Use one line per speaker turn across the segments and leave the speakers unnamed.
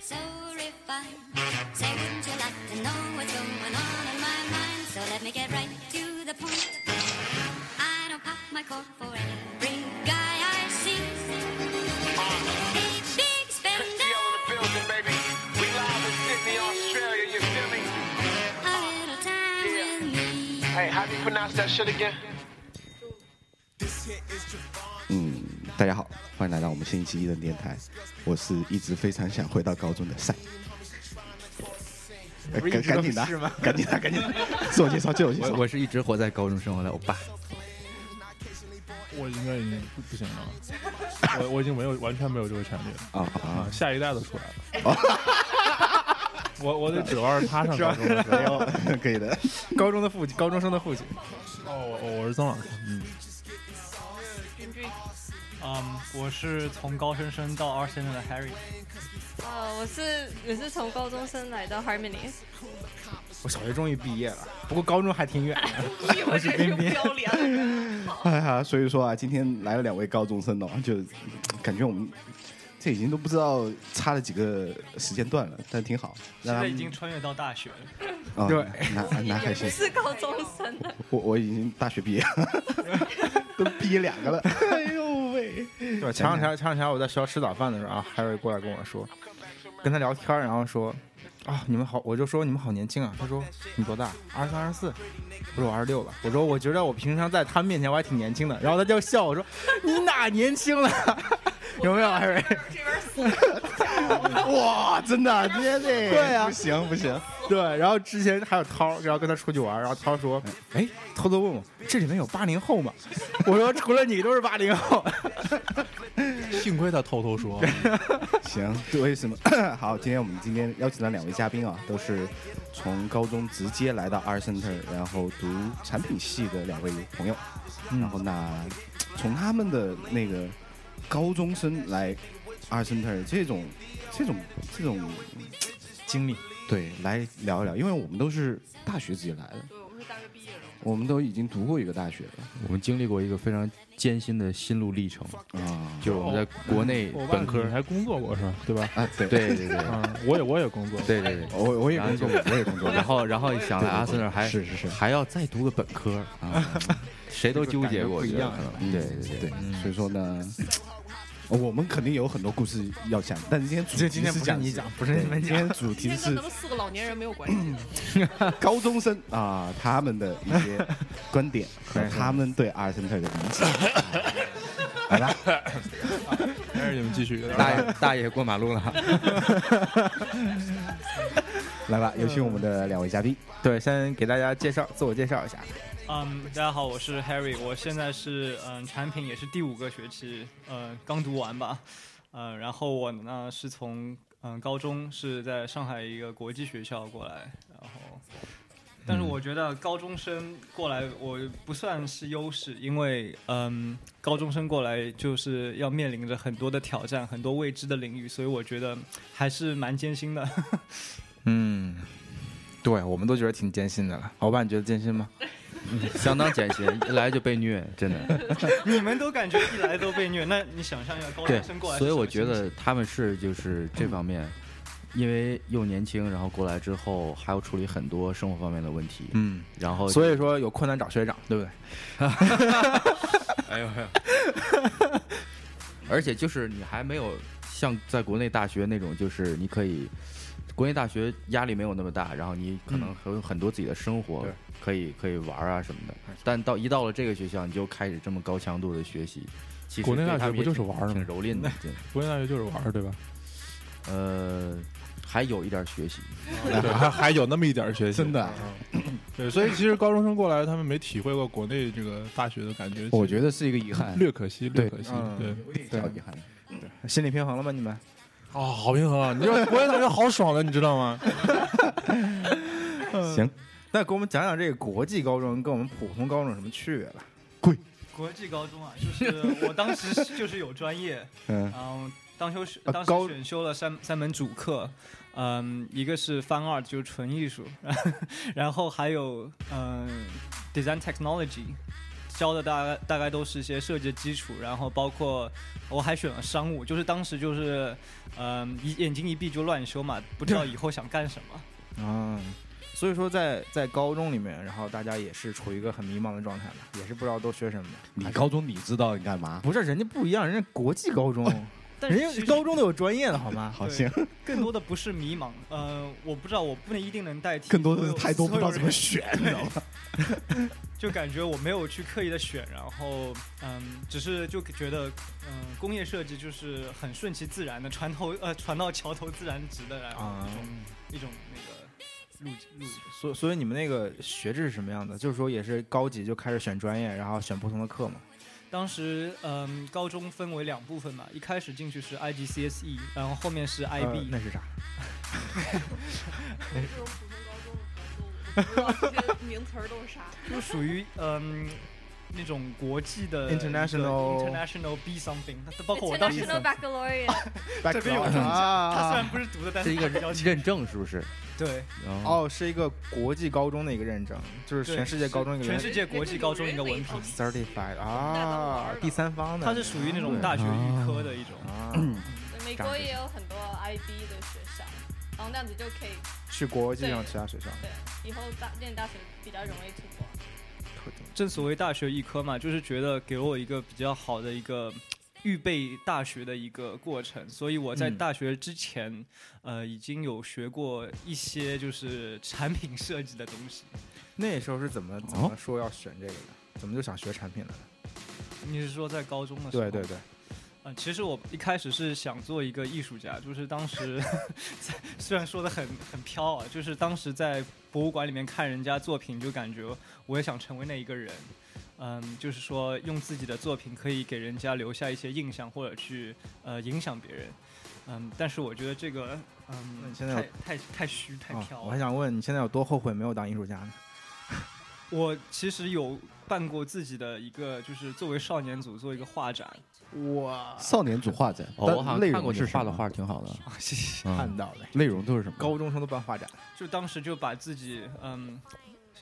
so refined. Say, wouldn't you like to know what's going on in my mind? So let me get right to the point. I don't pop my cork for every guy I see. A big
Christy
spender,
L in the building, baby. We live in Sydney, Australia. You feel me?
a little time with me.
Hey, how do you pronounce that shit again?
大家好，欢迎来到我们星期一的电台，我是一直非常想回到高中的赛。呃赶赶紧的，赶紧的，赶紧的，自我介绍，自我介
我
绍。
我是一直活在高中生活的欧巴，
我应该已经不不行了，我我已经没有完全没有这个产业了
哦
啊啊
啊，下一代都出来了， 我我得指望着他上高中的时候。
啊！可以的。
高中的父亲，高中生的父亲。
哦，我我我是曾老师，
嗯，我是从高升升到二现在的 Harry。
哦，我是也是从高中生来到 Harmony，
我小学终于毕业了，不过高中还挺远的。
我是冰冰，标梁，
哎呀，所以说啊，今天来了两位高中生哦，就感觉我们这已经都不知道差了几个时间段了，但挺好。
现
让他
在
们
已经穿越到大学了，
啊，
对
那那还
也
行
不。是高中生啊了，
我我已经大学毕业了，都毕业两个了。哎呦喂！
对，前两天前两天我在学校吃早饭的时候啊，Harry 过来跟我说，跟他聊天，然后说啊，你们好，我就说你们好年轻啊。他说你多大？二十三、二十四。我说我二十六了。我说我觉得我平常在他们面前我还挺年轻的。然后他就笑我说你哪年轻了？ 有没有 Harry？
哇，真的，今天这
对啊
不行不行，
对，然后之前还有涛，然后跟他出去玩，然后涛说：“哎，偷偷问我这里面有八零后吗？” 我说：“除了你都是八零后。
幸亏他偷偷说，
行，为什么？ 好，今天我们今天邀请了两位嘉宾啊，都是从高中直接来到 R Center，然后读产品系的两位朋友。然后那从他们的那个高中生来 R Center 这种这种这种
经历
对来聊一聊，因为我们都是大学直接来的，
对，我们是大学毕业的，
我们都已经读过一个大学
我们经历过一个非常艰辛的心路历程，
了啊
就是我们在国内
我
本科
你，还工作过是吧？对吧？
啊，对
对对对对
嗯，我也我也工作，
对对
我我也工作过，我也工作过
对，然后然后想来阿森纳还
是是是
还要再读个本科啊，谁都纠结过，
这个感觉不一样
我
嗯
觉得对对对
对，所以说呢，呃我们肯定有很多故事要讲，但是今天主题
今天不是
讲
你
是
讲不是你们
对今天主题
现在
是
跟他们四个老年人没有关系，
高中生啊他们的一些观点和他们对阿尔森特的理解。好了，
但是你们继续。
大爷大爷过马路了，
来吧，有请我们的两位嘉宾。
对，先给大家介绍自我介绍一下，
嗯，大家好，我是 Harry，我现在是嗯产品也是第五个学期，嗯刚读完吧，嗯，然后我呢是从嗯高中是在上海一个国际学校过来，然后，
嗯
但是我觉得高中生过来我不算是优势，因为嗯高中生过来就是要面临着很多的挑战，很多未知的领域，所以我觉得还是蛮艰辛的。
嗯，对我们都觉得挺艰辛的了。老板，你觉得艰辛吗？
相当艰辛，一来就被虐，真的。
你们都感觉一来都被虐，那你想象一下高
对
中生过，来是什么心情，
所以我觉得他们是就是这方面，因为又年轻，然后过来之后还要处理很多生活方面的问题，
嗯，
然后
所以说有困难找学长，对不对？
哎 呦哎呦！ 而且就是你还没有像在国内大学那种，就是你可以，国内大学压力没有那么大，然后你可能
嗯
还有很多自己的生活
对
可以、可以玩啊什么的。但到一到了这个学校，你就开始这么高强度的学习。其实
国内大
对他
学
们
不
也
就是
挺
玩儿的
挺
吗？
蹂躏 的，真的
国内大学就是玩
嗯
儿，对吧？
呃，还有一点学 习。
对，还还有那么一点儿学习，
真的。
对，所以其实高中生过来，他们没体会过国内这个大学的感觉，
我觉得是一个遗憾，
略可惜，略可惜。
嗯
对，
小遗憾。
心理平衡了吗？你们？
啊，好平衡啊！你知道国内大学好爽的，你知道吗？
行，
那给我们讲讲这个国际高中跟我们普通高中有什么区别吧？
国际高中啊， 就是我当时是就是有专业，
嗯
然后当修
啊
当
高
时选修了三三门主课，嗯，一个是 Fine Art 就是纯艺术，然后还有嗯、Design Technology 教的大概大概都是一些设计基础，然后包括我还选了商务，就是当时就是嗯、一眼睛一闭就乱修嘛，不知道以后想干什么。
啊，所以说在在高中里面，然后大家也是处于一个很迷茫的状态嘛，也是不知道都学什么的。
你高中你知道你干嘛？
不是人家不一样，人家国际高 中，
但是
人家
其实
高中都有专业的好 吗？
好
对
行，
更多的不是迷茫，呃，我不知道，我不能一定能代替
更多的
所
是
有
太多不知道怎么，
所有人
选， 你知道吗？
就感觉我没有去刻意的选，然后嗯，只是就觉得嗯，工业设计就是很顺其自然的，船头呃船到桥头自然直的，然后
啊
一种、一种那个路路
所所以你们那个学制是什么样的？就是说也是高级就开始选专业，然后选不同的课嘛。
当时嗯，高中分为两部分嘛，一开始进去是 IGCSE，然 E，后后面是
呃
IB，、
那是啥？
种普通高中，我不知道这些名词儿都是啥。
就属于嗯。那种国际的
International-
international be something，它 包括我当时
International baccalaureate，
这
边有
啊
什么他虽
啊
然不是读的，但
是
是
一个
他比较清
认证是不是？
对
哦，
哦，是一个国际高中的一个认证，就是
对
全世界高中一个认
全
证
世界国际高中一个文凭，
certified 啊，第三方的。
它是属于那种大学预科的一种。
啊，
对美国也有很多 IB 的学校，然后那样子就可以，
去国际上其他学校。
对，以后大念大学比较容易出国。
正所谓大学预科嘛，就是觉得给了我一个比较好的一个预备大学的一个过程，所以我在
嗯
大学之前，呃，已经有学过一些就是产品设计的东西。
那时候是怎么怎么说要选这个的？怎么就想学产品了呢？
你是说在高中的时候？
对对对，
嗯，其实我一开始是想做一个艺术家，就是当时 在虽然说的很很飘啊，就是当时在博物馆里面看人家作品，就感觉我也想成为那一个人。嗯，就是说用自己的作品可以给人家留下一些印象，或者去呃影响别人。嗯，但是我觉得这个
那
嗯
你现在有
太太太虚太
啊
飘、
我还想问你现在有多后悔没有当艺术家呢？
我其实有办过自己的一个，就是作为少年组做一个画展。哇，
少年组画展，
哦
但
我好
内容
像看过，是
是什
画
么
的，画挺好的。
谢谢。
嗯，
看到了，
内容都是什么？
高中生都办画展，
就当时就把自己，嗯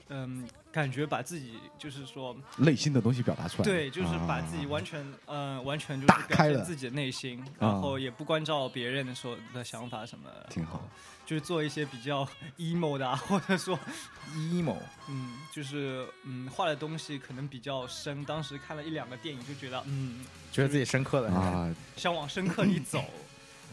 嗯，感觉把自己就是说，
内心的东西表达出来，
对，就是
啊
把自己完全，嗯、完全就
打
是
开
表
了嗯
现自己的内心，然后也不关照别人的时候的想法什么的，
挺好。
就是做一些比较 emo 的、啊，或者说，
emo
嗯，就是嗯画的东西可能比较深，当时看了一两个电影就觉得，嗯，
觉得自己深刻了是吧
啊。
想往深刻里 走，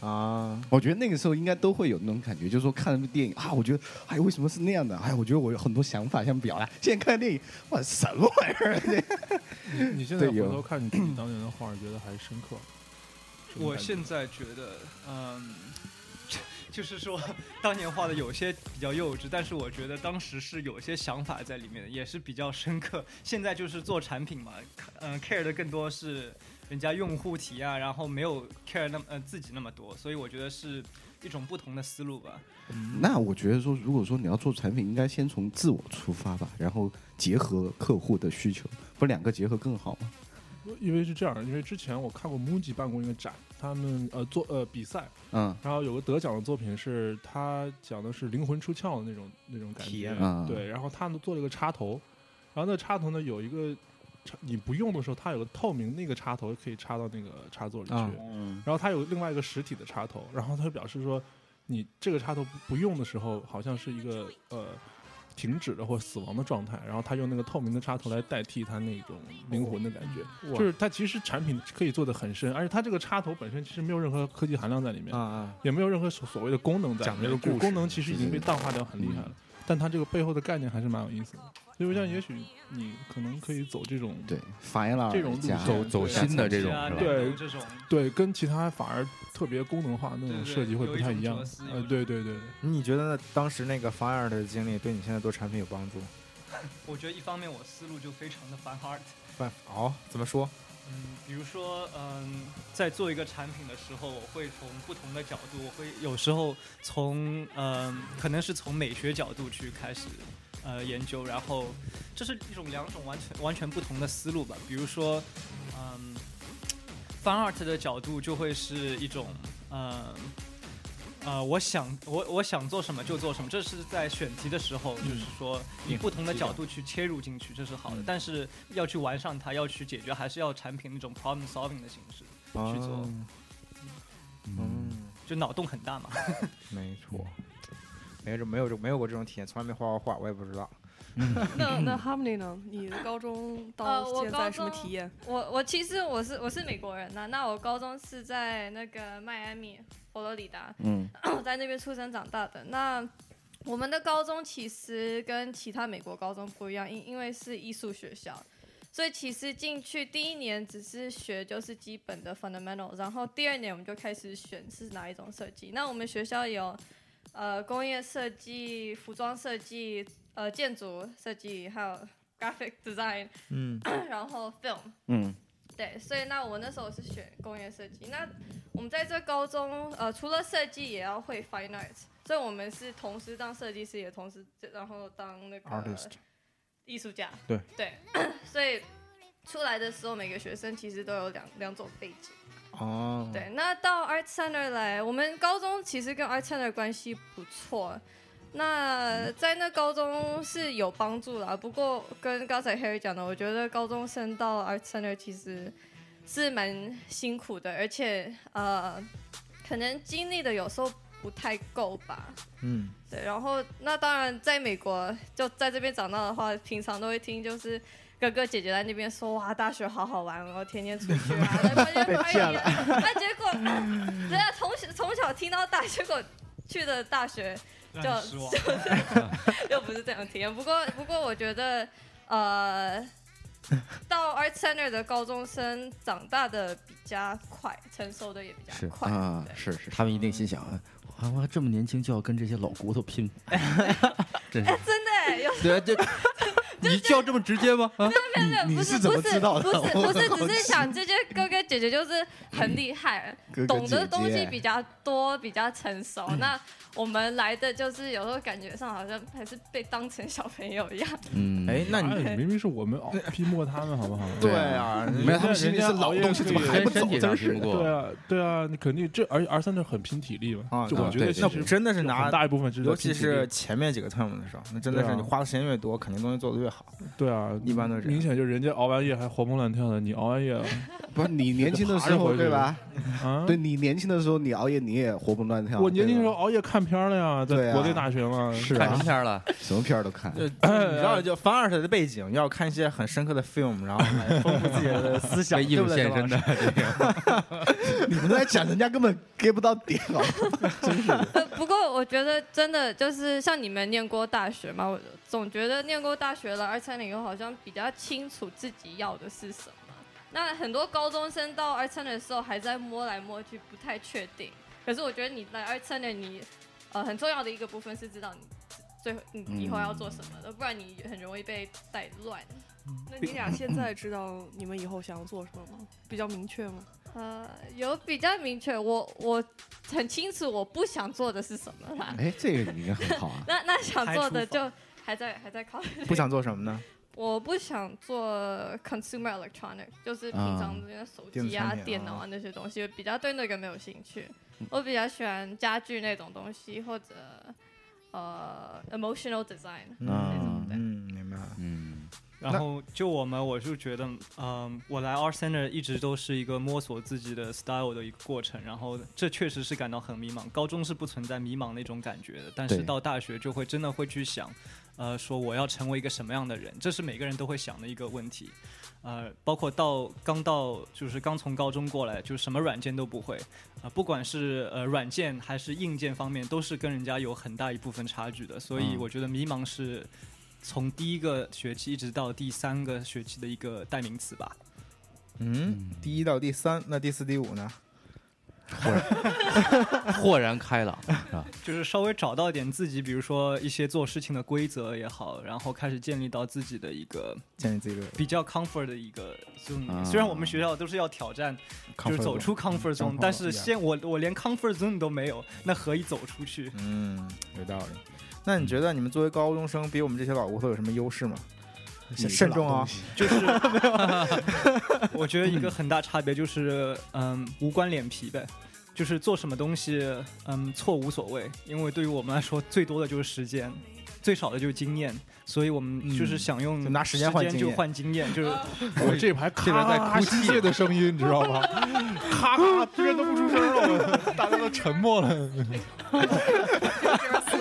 啊，
我觉得那个时候应该都会有那种感觉，就是说看了部电影啊，我觉得哎为什么是那样的？哎，我觉得我有很多想法想表达。现在看电影，哇，什么玩意儿？
你现在
对
回
有
头看你自己当年的画，觉得还深刻。什么
我
感觉
现在觉得，嗯， 就是说当年画的有些比较幼稚，但是我觉得当时是有些想法在里面的，也是比较深刻。现在就是做产品嘛，嗯、c a r e 的更多是人家用户体验啊，然后没有 care 那么呃自己那么多，所以我觉得是一种不同的思路吧。
那我觉得说，如果说你要做产品，应该先从自我出发吧，然后结合客户的需求，不两个结合更好吗？
因为是这样，因为之前我看过 MUJI 办过一个展，他们呃做呃比赛，
嗯
然后有个得奖的作品是他讲的是灵魂出窍的那种那种感
体
觉
验，
啊
对，然后他呢做了一个插头，然后那插头呢有一个插你不用的时候，它有个透明那个插头可以插到那个插座里去，
啊
嗯，
然后它有另外一个实体的插头，然后他就表示说你这个插头不不用的时候，好像是一个呃。停止的或死亡的状态，然后他用那个透明的插头来代替他那种灵魂的感觉，
哦
哇
就是它其实产品可以做得很深，而且它这个插头本身其实没有任何科技含量在里面，
啊啊，
也没有任何所所谓的功能在里
讲
面。
这个
就是
故事
功能其实已经被淡化掉很厉害
嗯
了，但它这个背后的概念还是蛮有意思
哦
的。所以我想，也许你可能可以走这种
对，反映了
这种路
加
线
走走
对
心的这种
啊，
是吧？
对
这种
对，跟其他反而特别功能化
对
那种
对
设计会不太样
有一种哲思。有
呃
一，种
对对对，
你觉得呢当时那个 fire 的经历对你现在做产品有帮助？
我觉得一方面我思路就非常的反 art，
办哦，怎么说？
嗯，比如说，嗯，在做一个产品的时候，我会从不同的角度，我会有时候从，嗯，可能是从美学角度去开始，呃，研究，然后这是一种两种完全完全不同的思路吧。比如说，嗯，fan art 的角度就会是一种，嗯，呃，我想我我想做什么就做什么，这是在选题的时候，就是说以不同的角度去切入进去，这是好的。但是要去完善它，要去解决，还是要产品那种 problem solving 的形式
哦
去
哦
做，
嗯，
就脑洞很大 嘛。
没错，没有这没有这没有过这种体验，从来没画过画，我也不知道。
那那 Harmony 呢？你的高中到
呃我
现在
高
什么
中
体验？
我我其实我是我是美国人呐、那我高中是在那个迈阿密，佛罗里达，
嗯，
我 在那边出生长大的。那我们的高中其实跟其他美国高中不一样，因因为是艺术学校，所以其实进去第一年只是学就是基本的 fundamental，然后第二年我们就开始选是哪一种设计。那我们学校有呃工业设计、服装设计、呃建筑设计，还有 graphic design，
嗯，
然后 film。
嗯
对，所以那我那时候是选工业设计。那我们在这高中，呃，除了设计也要会 fine arts，所以我们是同时当设计师，也同时然后当那个
哎
Artist
艺术家。
对
对， 所以出来的时候，每个学生其实都有两两种背景。
哦，
对，那到 Art Center 来，我们高中其实跟 Art Center 关系不错。
嗯
那在那高中是有帮助啦，不过跟刚才 Harry 讲的，我觉得高中生到 Art Center 其实是蛮辛苦的，而且呃，可能经历的有时候不太够吧。
嗯，
对，然后那当然，在美国就在这边长大的话，平常都会听就是哥哥姐姐在那边说哇，大学好好玩哦，天天出去啊， 来关键拍一 啊，那结果人家从小从小听到大，结果去的大学
让
就
人失望。
又不是这样体验。不过不过，我觉得呃，到 Art Center 的高中生长大的比较快，成熟的也比较
是
快。
啊，
对
是是，
他们一定心想，啊，我这么年轻就要跟这些老骨头拼，真是
哎， 真的哎，有
对啊，这你就要这么直接吗？啊，
你
不
你
是
怎
不
么
是
知道的？
不是不是，
我
只是想这些哥哥姐姐就是很厉害，
哥哥
懂
姐
得
姐嗯
东西比较多，比较成熟。那我们来的就是有时候感觉上好像还是被当成小朋友一样。
嗯，
哎，那你
哎明明是我 们熬逼迫他们，好不好？
对
啊，
没有，他们心里是老东西，怎么还不走
身？体
真
上
是
拼
的
不过
对，啊，对啊，你肯定这，而且 R 三这很拼体力嘛。
啊
就我觉
对
得
那
其
不
实
真的是
有
拿
很，大一部分是在
尤其
拼体力
是前面几个 term 的时候，那真的
对
是
啊
你花的时间越多，肯定东西做的越好。
对啊，
一般都是这样
明显就人家熬完夜还活蹦乱跳的，你熬完夜
不是你年轻的时
爬着
候
回去
对吧？
啊，
对你年轻的时候，你熬夜你也活蹦乱跳。
我年轻的时候
对吧
熬夜看片儿了呀，
对
在
啊
国内大学嘛，
是
看什
啊
么，片 儿了？
什么片儿都看。
就你知道，就凡尔赛的背景，要看一些很深刻的 film，然后来丰富自己的思想，
为艺
对
术
不对？
献身的 这种，
你们在讲，人家根本 get 不到点，好吧
呃不过我觉得真的就是像你们念过大学嘛，我总觉得念过大学了，二三零后好像比较清楚自己要的是什么。那很多高中生到二三的时候还在摸来摸去，不太确定。可是我觉得你来二三的你，呃，很重要的一个部分是知道你最后你以后要做什么的，不然你很容易被带乱。
那你俩现在知道你们以后想要做什么 吗？比较明确吗？
呃，有比较明确，我我很清楚我不想做的是什么 啦。
哎，这个应该很好啊。
那那想做的
排除法
就还在还在考虑。
不想做什么呢？
我不想做 consumer electronic，就是平常那些手机
电子
啊
产、品
电脑啊那些东西，比较对那个没有兴趣。我比较喜欢家具那种东西，或者呃 emotional design 那种的。
嗯，明白了。
嗯，
然
那
后就我们，我就觉得，嗯、我来 Art Center 一直都是一个摸索自己的 style 的一个过程。然后这确实是感到很迷茫。高中是不存在迷茫那种感觉的，但是
对
到大学就会真的会去想，呃，说我要成为一个什么样的人，这是每个人都会想的一个问题。呃，包括到刚到就是刚从高中过来，就什么软件都不会，啊、不管是呃软件还是硬件方面，都是跟人家有很大一部分差距的。所以我觉得迷茫是从第一个学期一直到第三个学期的一个代名词吧。
嗯，第一到第三，那第四、第五呢？
豁然开朗是吧？
就是稍微找到点自己，比如说一些做事情的规则也好，然后开始建立到自己的一个
建立自己的
比较 comfort 的一个 zone 里面。
啊
虽然我们学校都是要挑战，就是
comfort
走
zone
出 comfort
走
zone，
出
但是
comfort zone，
现我我连 comfort zone 都没有，那何以走出去？
嗯，有道理。那你觉得你们作为高中生，比我们这些老骨头有什么优势吗？慎慎重啊、
就是 我觉得一个很大差别就是，嗯，无关脸皮呗。就是做什么东西，嗯，错无所谓，因为对于我们来说，最多的就是时间，最少的就是经验，所以我们就是想用、
嗯就拿时间换经
就
验
换经验，就是
我这排咔
这边在哭
机械的声音，你知道吗？咔咔，别人都不出声了，大家都沉默了。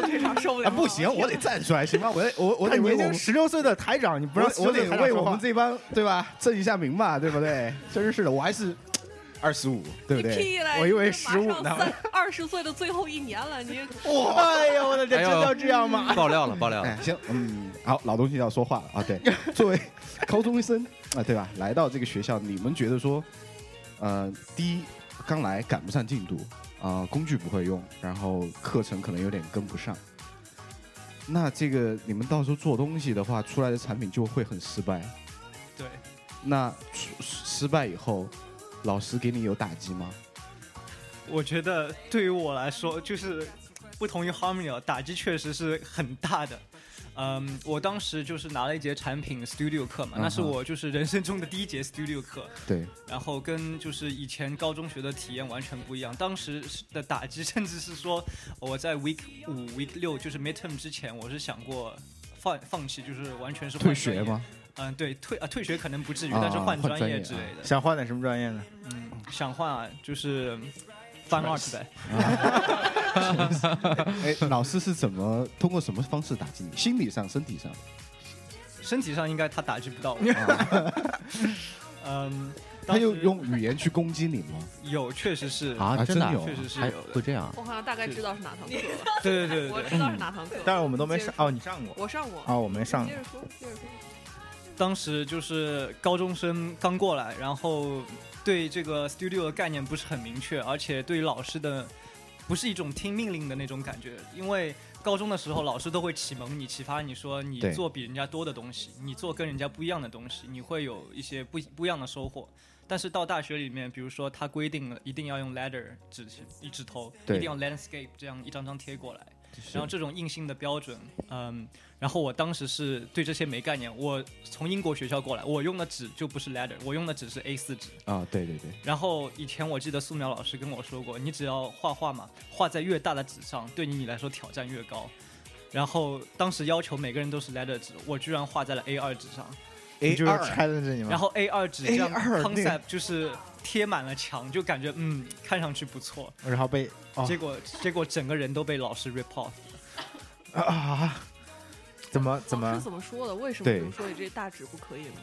这场受不
啊，
了，
不行，我得站出来，行吗？我得我我
他
得为
年
我
轻
们
十六岁的台长，你不
不
让
是我得为我们
自己
这帮对吧正一下名吧，对不对？真是的，我还是二十五，对不
你屁
对
嘞！？
我以
这
为
马
十
上
五呢。
三二十岁的最后一年了，你
哇，哎呀，我的天，
哎呦
真要这样吗？
爆 料了，爆料了
哎，，行，嗯，好，老东西要说话了啊。 对，作为高中生啊，对吧？来到这个学校，你们觉得说，呃，第一，刚来赶不上进度啊、工具不会用，然后课程可能有点跟不上。那这个你们到时候做东西的话，出来的产品就会很失败。
对，
那失失败以后，老师给你有打击吗？
我觉得对于我来说，就是不同于 Harmony 啊，打击确实是很大的。嗯，我当时就是拿了一节产品 studio 课嘛，那是
嗯哼
我就是人生中的第一节 studio 课，
对，
然后跟就是以前高中学的体验完全不一样。当时的打击，甚至是说 我在 week 五、week 六，就是 midterm 之前，我是想过放放弃，就是完全是换
退学
专业
吗？？
嗯，对，退啊退学可能不至于，
啊
但是换
换
专
专
业
业
之
啊
类的。
想换点什么专业呢？
嗯，想换啊，就是。翻 art 呗，
哎，老师是怎么通过什么方式打击你？心理上、身体上？
身体上应该他打击不到我。 嗯，
啊他
当
就
时
用语言去攻击你吗？
有，确实是，
啊
啊，
真
真的
有
确实是
还
有的
会这样？
我好像大概知道是哪堂课了，
对对对
我
对
知道是哪堂课了，
但是我们都没
接着
上，哦，你上过
我上过，
啊？我没上
接
过。
着说，接着说，
当时就是高中生刚过来，然后对这个 studio 的概念不是很明确，而且对于老师的不是一种听命令的那种感觉，因为高中的时候老师都会启蒙你、启发你说你
对
做比人家多的东西，你做跟人家不一样的东西，你会有一些不不一样的收获。但是到大学里面，比如说他规定了一定要用 ladder 指一指头，一
对
定要 landscape 这样一张张贴过来，然后这种硬性的标准，嗯，然后我当时是对这些没概念，我从英国学校过来，我用的纸就不是 ladder，我用的纸是 A 4纸。
啊，对对对，
然后以前我记得素描老师跟我说过，你只要画画嘛，画在越大的纸上，对你来说挑战越高。然后当时要求每个人都是 ladder 纸，我居然画在了 A 2纸上，
你就是
A2
challenge 你吗？
然后 A 2纸这样
A2 那个
concept 就是贴满了墙，就感觉嗯看上去不错，
然后被哦
结果结果整个人都被老师 rip off。
啊啊，怎么怎
老
么
师怎么说的？为什么
对
你们说你这大指不可以呢？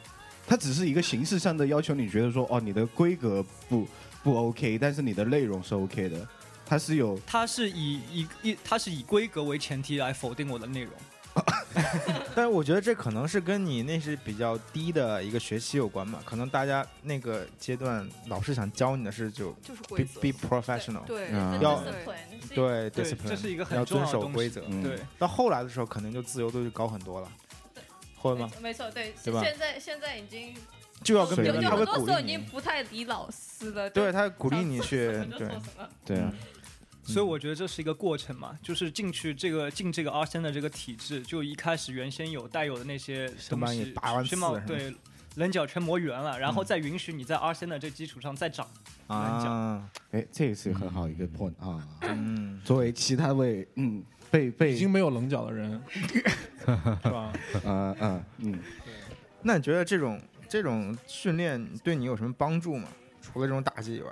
它只是一个形式上的要求，你觉得说哦，你的规格不不 OK，但是你的内容是 OK 的，它是有
他是以以一，他是以规格为前提来否定我的内容。
但是我觉得这可能是跟你那是比较低的一个学期有关吧，可能大家那个阶段老师想教你的是就
就是
be
规则，
be professional，
对，
嗯
要
对
对，
对
对
discipline，
这是一个很
要
重
遵
要的
守
东西
规则。
嗯
对，
到后来的时候，可能就自由度就高很多了，会吗？
没错，对，
对吧
现在现在已经
就要跟
对
别
有
人
有
他
很
会
多
鼓
时候
励
已经
你，
不太理老师了，
对
就
他鼓励
想
你
做
去
什么就
对
做。什么
对
嗯
啊，
所以我觉得这是一个过程嘛，就是进去这个进这个阿森的这个体制，就一开始原先有带有的那些
先
东
把你
西
拔完，刺
先把
是吧嗯
对棱角全磨圆了，然后再允许你在阿森的这基础上再长。难
啊，
哎，这个是很好一个 point 啊。
嗯，
作为其他位，嗯，被被
已经没有棱角的人，是吧？
呃嗯嗯，
那你觉得这种这种训练对你有什么帮助吗？除了这种打击以外，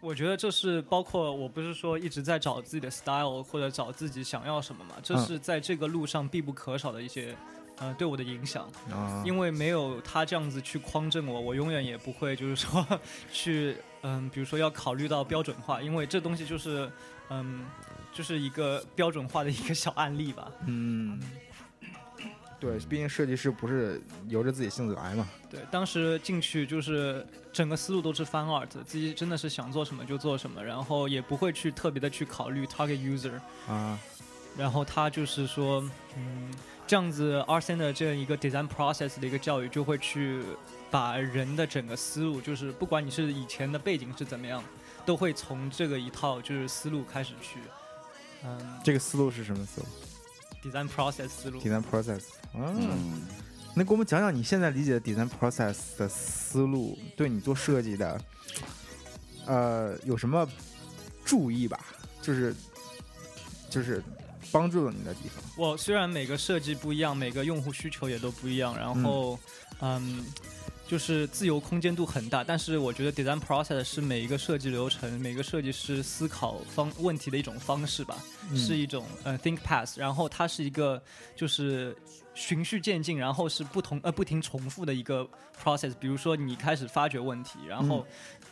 我觉得这是包括我不是说一直在找自己的 style 或者找自己想要什么嘛，这
嗯
是在这个路上必不可少的一些，呃，对我的影响。
啊，
因为没有他这样子去匡正我，我永远也不会就是说 去嗯，比如说要考虑到标准化，因为这东西就是嗯，就是一个标准化的一个小案例吧。
嗯，对，毕竟设计师不是由着自己性子来嘛。
对，当时进去就是整个思路都是 fan art，自己真的是想做什么就做什么，然后也不会去特别的去考虑 target user，
啊，
然后他就是说嗯。这样子 a r s e n 的这样一个 design process 的一个教育，就会去把人的整个思路，就是不管你是以前的背景是怎么样，都会从这个一套就是思路开始去，嗯
这个思路是什么思路
，design process 思路。
？design process。嗯，
啊
嗯
能给我们讲讲你现在理解的 design process 的思路，对你做设计的
呃有什么注意吧？就是就是帮助了你的地方。
我虽然每个设计不一样，每个用户需求也都不一样，然后，嗯。就是自由空间度很大，但是我觉得 design process 是每一个设计流程、每个设计师思考方问题的一种方式吧，是一种呃 think path，然后它是一个就是循序渐进，然后是不同呃不停重复的一个 process。比如说你开始发掘问题，然后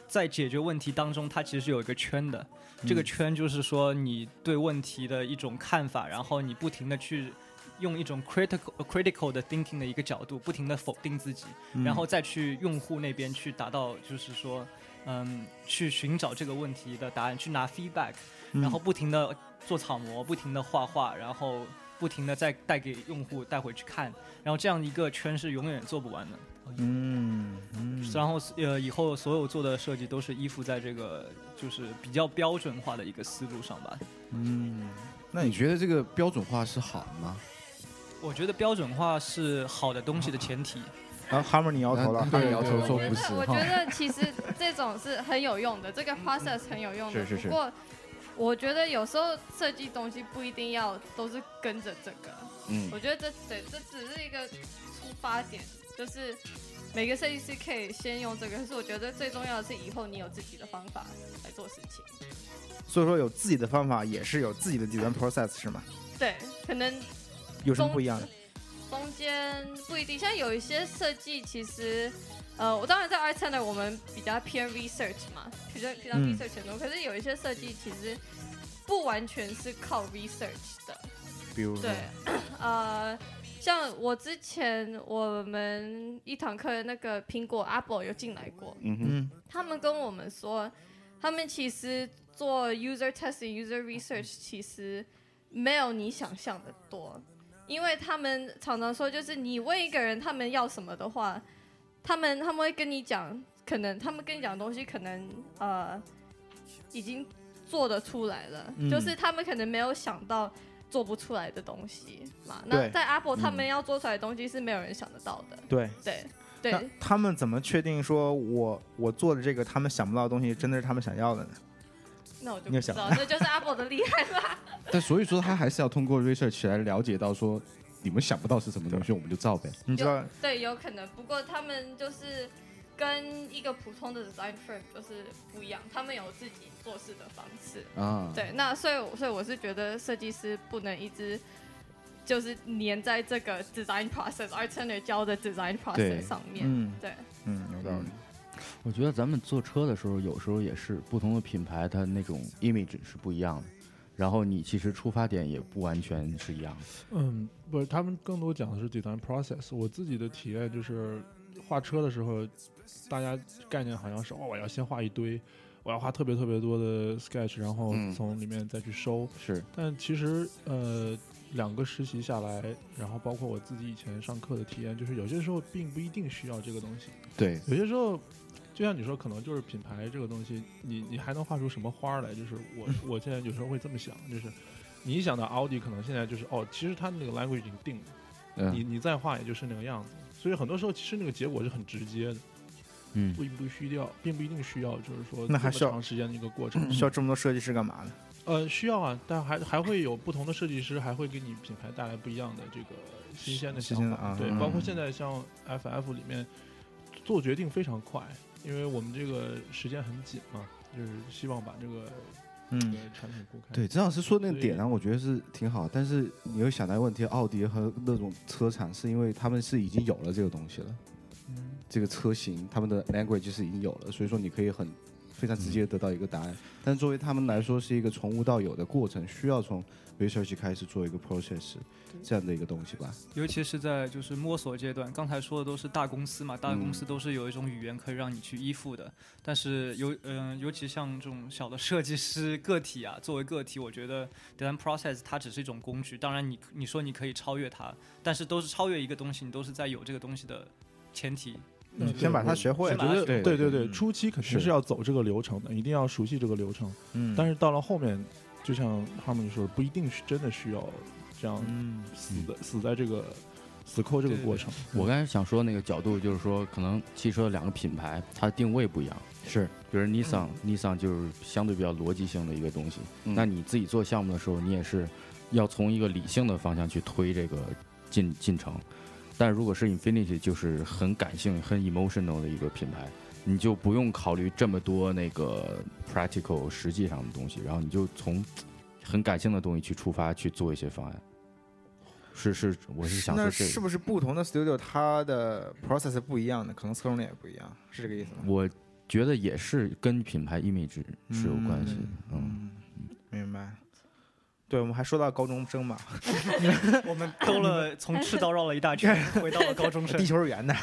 在解决问题当中，它其实是有一个圈的，这个圈就是说你对问题的一种看法，然后你不停的去用一种 critical critical 的 thinking 的一个角度，不停的否定自己，然后再去用户那边去达到，就是说，嗯，去寻找这个问题的答案，去拿 feedback，然后不停的做草模，不停的画画，然后不停的再带给用户带回去看，然后这样一个圈是永远做不完的。
嗯，
然后呃，以后所有做的设计都是依附在这个就是比较标准化的一个思路上吧。
那你觉得这个标准化是好的吗？
我觉得标准化是好的东西的前提。
然后 Harmony 摇头了，
那你摇头说不是
我觉得其实这种是很有用的，这个 process 很有用的。
是是是
不过我觉得有时候设计东西不一定要都是跟着这个，
嗯
我觉得这对这只是一个出发点，就是每个设计师可以先用这个，可是我觉得最重要的是以后你有自己的方法来做事情。
所以说有自己的方法，也是有自己的 design process 是吗？
对，可能
有什么不一样的？
中间不一定，像有一些设计其实，呃，我当然在 Art Center 我们比较偏 research 嘛，比较比较
嗯
research 很多，可是有一些设计其实不完全是靠 research 的，
比如说
对， 呃，像我之前我们一堂课那个苹果 Apple 有进来过，
嗯哼，
嗯
他们跟我们说，他们其实做 user testing、user research 其实没有你想象的多，因为他们常常说，就是你问一个人他们要什么的话，他们他们会跟你讲，可能他们跟你讲的东西可能呃已经做得出来了，
嗯
就是他们可能没有想到。做不出来的东西嘛，
对嗯
那在 Apple 他们要做出来的东西是没有人想得到的，
对。
对
那
对，
他们怎么确定说我我做的这个他们想不到的东西真的是他们想要的呢？
那我就
你有
不知
想
道，这就是 Apple 的厉害吧。
但所以说他还是要通过 research 来了解到说你们想不到是什么东西，我们就造呗。
你知道
对，有可能。不过他们就是跟一个普通的 design firm 就是不一样，他们有自己做事的方式。
啊，
对，那所以我所以我是觉得设计师不能一直就是粘在这个 design process art center 教的 design
对
process 上面。
嗯
对，
嗯，有道理。
我觉得咱们坐车的时候，有时候也是不同的品牌，它那种 image 是不一样的，然后你其实出发点也不完全是一样的。
嗯，不是，他们更多讲的是 design process。我自己的体验就是，画车的时候，大家概念好像是哦，我要先画一堆，我要画特别特别多的 sketch，然后
嗯
从里面再去收。
是，
但其实呃，两个实习下来，然后包括我自己以前上课的体验，就是有些时候并不一定需要这个东西，
对，
有些时候。就像你说，可能就是品牌这个东西，你你还能画出什么花儿来？就是 我我现在有时候会这么想，就是你一想到奥迪，可能现在就是哦，其实它那个 language 已经定了，你
嗯，
你再画也就是那个样子。所以很多时候其实那个结果是很直接的，
嗯，
并不需要，并不一定需要，就是说
那还
这么
需要
长时间的一 个过程。
嗯
需要这么多设计师干嘛呢？
呃，需要啊，但还还会有不同的设计师，还会给你品牌带来不一样的这个新鲜的
新
想
鲜的
法。
啊
对，
嗯
包括现在像 FF 里面做决定非常快，因为我们这个时间很紧嘛，就是希望把这个这
嗯
个，产品公开。
对，郑老师说那个点
哎所
呢，我觉得是挺好，但是你又想到一个问题，奥迪和那种车厂是因为他们是已经有了这个东西了，
嗯，
这个车型他们的 language 是已经有了，所以说你可以很非常直接地得到一个答案。但作为他们来说，是一个从无到有的过程，需要从 research 开始做一个 process 这样的一个东西吧。
尤其是在就是摸索阶段，刚才说的都是大公司嘛，大公司都是有一种语言可以让你去依附的。但是尤嗯、尤其像这种小的设计师个体啊，作为个体，我觉得 design process 它只是一种工具。当然你，你说你可以超越它，但是都是超越一个东西，你都是在有这个东西的前提。
嗯
先把它学会
我觉得
对
对对
嗯
初期肯定
是
是要走这个流程的，一定要熟悉这个流程。
嗯，
但是到了后面，就像哈姆说的，不一定是真的需要这样
嗯，
死在、死在这个死抠这个过程。
我刚才想说那个角度，就是说，可能汽车两个品牌它的定位不一样。
是，
比如 Nissan，Nissan、就是相对比较逻辑性的一个东西。
嗯
那你自己做项目的时候，你也是要从一个理性的方向去推这个进进程。但如果是 Infinity，就是很感性、很 emotional 的一个品牌，你就不用考虑这么多那个 practical 实际上的东西，然后你就从很感性的东西去出发去做一些方案。是是，我是想
那
说这
是
个。
不是不同的 studio 它的 process 不一样的，可能侧重点也不一样，是这个意思吗？
我觉得也是跟品牌 image 是有关系的。嗯，
嗯，明白。对，我们还说到高中生嘛，
我们兜了从赤道绕了一大 圈，回到了高中生
地。球是 圆的。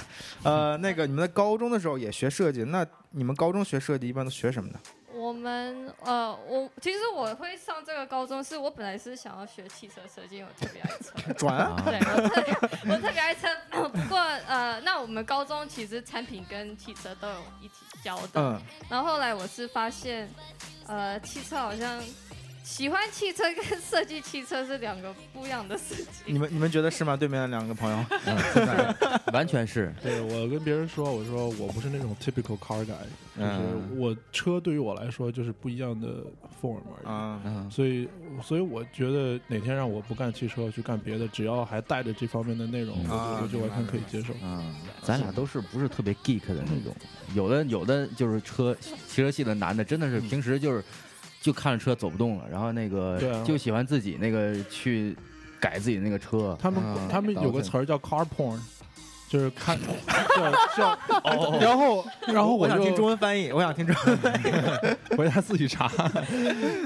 呃，那个你们在高中的时候也学设计，那你们高中学设计一般都学什么呢？
我们呃，我其实我会上这个高中，是我本来是想要学汽车设计，因为我特别爱车。
转啊，
对，我特别我特别爱车。 不过呃，那我们高中其实产品跟汽车都有一起教的。
嗯，
然后后来我是发现，呃，汽车好像喜欢汽车跟 设计汽车是两个不一样的事
你
情。
们你们觉得是吗？对面的两个朋友，
完全是
对我跟别人说，我说我不是那种 typical car guy，就是
嗯
我车对于我来说就是不一样的 form 而已。
啊，
嗯，
所以，所以我觉得哪天让我不干汽车去干别的，只要还带着这方面的内容，我
啊
就我就完全可以接受。
嗯，咱俩都是不是特别 geek 的那种，有的有的就是车汽车系的男的，真的是平时就是就看着车走不动了，然后那
对
个
啊
就喜欢自己那个去改自己那个
嗯
车，
他们、
啊
他们有个词儿叫 car porn，就是 看叫叫哦，
然后
然后
我
我
想听中
就
文翻译，我想听中文翻译。
回家自己查，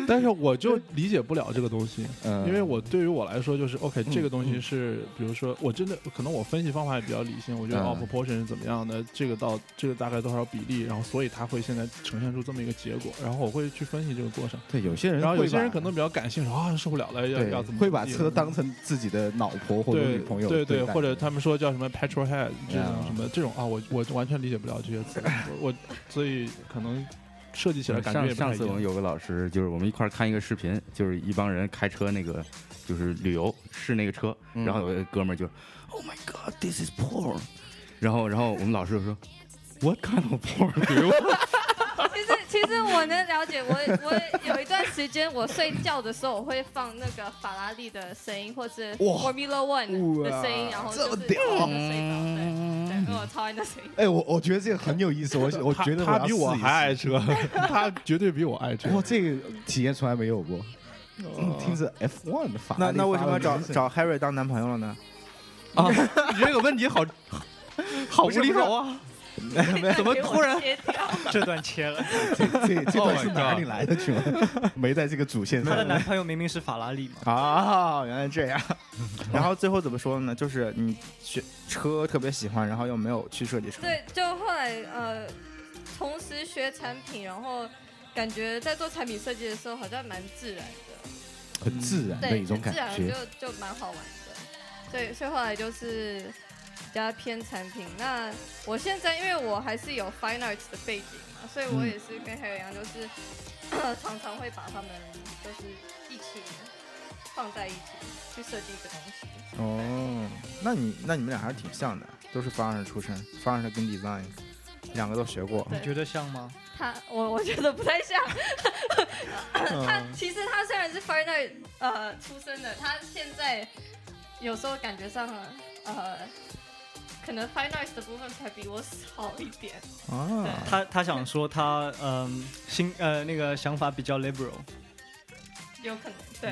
但是我就理解不了这个东西，
嗯
因为我对于我来说就是 OK，这个东西是，比如说我真的可能我分析方法也比较理性，我觉得
嗯
哦 proportion 是怎么样的，这个到这个大概多少比例，然后所以它会现在呈现出这么一个结果，然后我会去分析这个过程。
对，有些人
然后
嗯
有
会
些
把
人可能比较感性，说啊受不了了，要要怎
对
么
会把
地
车当成自己的老婆或者
对
女朋友
对对，
待
或者他们说叫什么 petrol head 这种
啊
什么这种啊，我我完全理解不了这些词，我我所以可能设计起来感觉
嗯上
也不太
上
一
次我们
样。
有个老师，就是我们一块儿看一个视频，就是一帮人开车那个，就是旅游试那个车，
嗯
然后有个哥们儿就，Oh my God, this is porn，然后然后我们老师就说，What kind of porn do you？want？"
其实其实我能了解，我我有一段时间我睡觉的时候我会放那个法拉利的声音，或是 Formula One 的声音，然后就是睡着，对，对，我超爱那声音。
哎，我我觉得这个很有意思，我我觉得
他他
要
比我
试一
还
试
爱车， 他绝对比我爱车。
哇，这个体验从来没有过。嗯听着 F1 的法拉
哦那
利
那为什
发
么要
的
找
名声
找 Harry 当男朋友了呢？
你这个问题好好无厘头啊！
怎 么突然？
这段切 了。
这这这
Oh
段
my
是哪
God
里来的？请问没在这个主线
她的
上。
男朋友明明是法拉利
哦
嘛，
啊，原来这 样。然后最后怎么说呢？就是你学车特别喜欢，然后又没有去设计车。
对，就后来呃，同时学产品，然后感觉在做产品设计的时候好像蛮自然的，
很自然的
对，
一种
很
感
自然
觉。
就就蛮好玩的。对，所以后来就是比较偏产品。那我现在因为我还是有 fine arts 的背景嘛，所以我也是跟 Harry 一样，就是、 常常会把他们就是一起放在一起去设计一个东西。
哦，那你那你们俩还是挺像的，都是方案出身，方案跟 design 两个都学过。
对
你觉得像吗？
他，我我觉得不太像。 他
嗯，
其实他虽然是 f i n a l 呃出生的，他现在有时候感觉上呃，可能 f i n a l 的部分还比我少一点。
啊，
他他想说他嗯心呃那个想法比较 liberal，
有可能，对，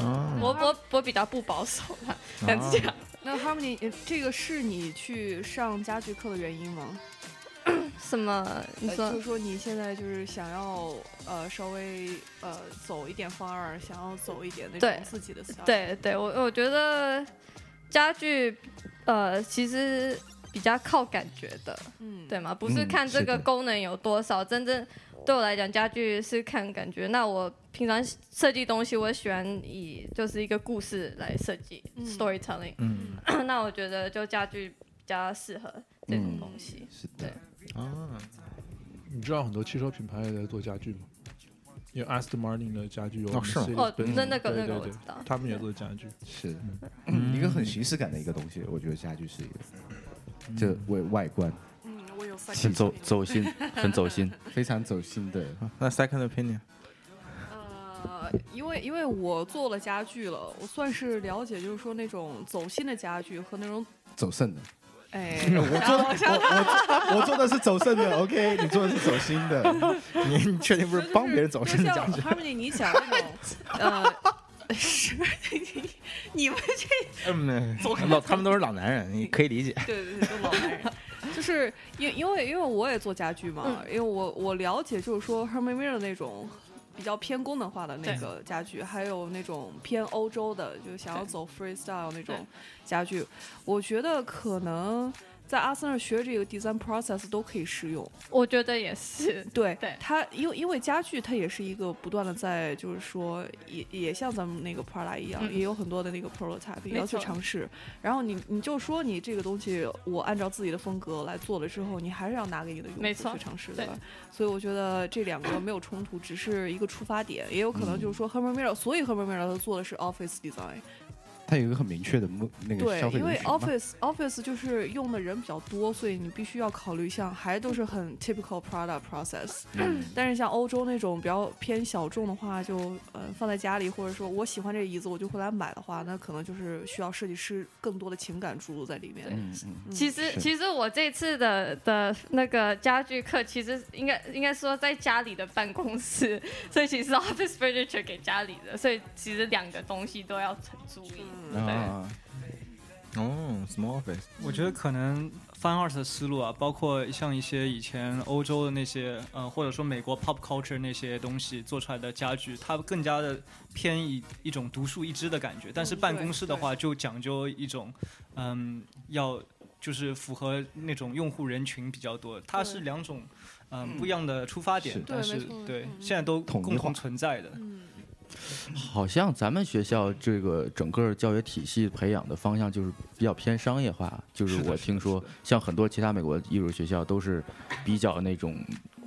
啊
我我我比较不保守啦，但是这样
那 Harmony，呃这个是你去上家具课的原因吗？
什么？你
呃就是说你现在就是想要呃稍微呃走一点方案，想要走一点那
对
种自己的 style。，
对对，我我觉得家具呃其实比较靠感觉的，
嗯，
对吗？不是
嗯
看这
是
个
的
功能有多少，真正对我来讲，家具是看感觉。那我平常设计东西，我喜欢以就是一个故事来设计、
嗯
storytelling 。
嗯
那我觉得就家具比较适合这种
嗯
东西。
是的，
你知道很多汽车品牌也在做家具吗？因为 Aston Martin 的家具有
哦是吗
哦，
对，
那那个
对
那个
对
我
对
知，道。
他们也做家具，
是
嗯
一个很形式感的一个东西，我觉得家具是一个，
嗯
这为外观
嗯，我有三
很
个
走
作品
走心，很走心。
非常走心的。
那 second opinion，
呃，因为因为我做了家具了，我算是了解，就是说那种走心的家具和那种
走肾的，
哎，
我做的
我想
我我我做的是走肾的，OK，你做的是走心的，
你你确定不是帮别人走肾
就
的家
像
具？
Harmony，你讲那种呃，是你你们
嗯，老他们都是老男人，你可以理解。
对对对，都老男人。就是因因为因为我也做家具嘛，因为我我了解就是说 Herman Miller 那种比较偏功能化的那个家具，还有那种偏欧洲的，就想要
对
走 freestyle 那
对
种家具，我觉得可能在阿森纳学这个 design process 都可以适用。
我觉得也是，
对，
对
它因为因为家具它也是一个不断的在，就是说也也像咱们那个 Prada 一样，
嗯
也有很多的那个 prototype 也要去
错
尝试。然后你你就说你这个东西，我按照自己的风格来做了之后，你还是要拿给你的用
没
户
错
去尝试，
对
吧？所以我觉得这两个没有冲突，只是一个出发点，也有可能就是说 Herman Miller，、所以 Herman Miller 他做的是 office design，
它有一个很明确的目那个
对
消，费
因
人
为
群嘛
Office Office 就是用的人比较多，所以你必须要考虑像还都是很 typical Prada process，、但是
嗯
像欧洲那种比较偏小众的话，就呃放在家里，或者说我喜欢这椅子，我就会来买的话，那可能就是需要设计师更多的情感注入在里面。
嗯嗯，
其实
是
其实我这次的的那个家具课，其实应该应该说在家里的办公室， 所以其实 office furniture 给家里的，所以其实两个东西都要很注意。
嗯
啊，哦，small office，
我觉得可能 fan art 的思路啊，包括像一些以前欧洲的那些，呃，或者说美国 pop culture 那些东西做出来的家具，它更加的偏一一种独树一帜的感觉。但是
嗯
办
对
公室的话，就讲究一种，嗯，要就是符合那种用户人群比较多。它是两种，嗯，不一样的出发点
是，
但
对没
是
错
对
嗯
现在都
统一
共
化
同存在的。
嗯，
好像咱们学校这个整个教学体系培养的方向就是比较偏商业化，就是
是的
我
是的
听说
是的
像很多其他美国艺术学校都是比较那种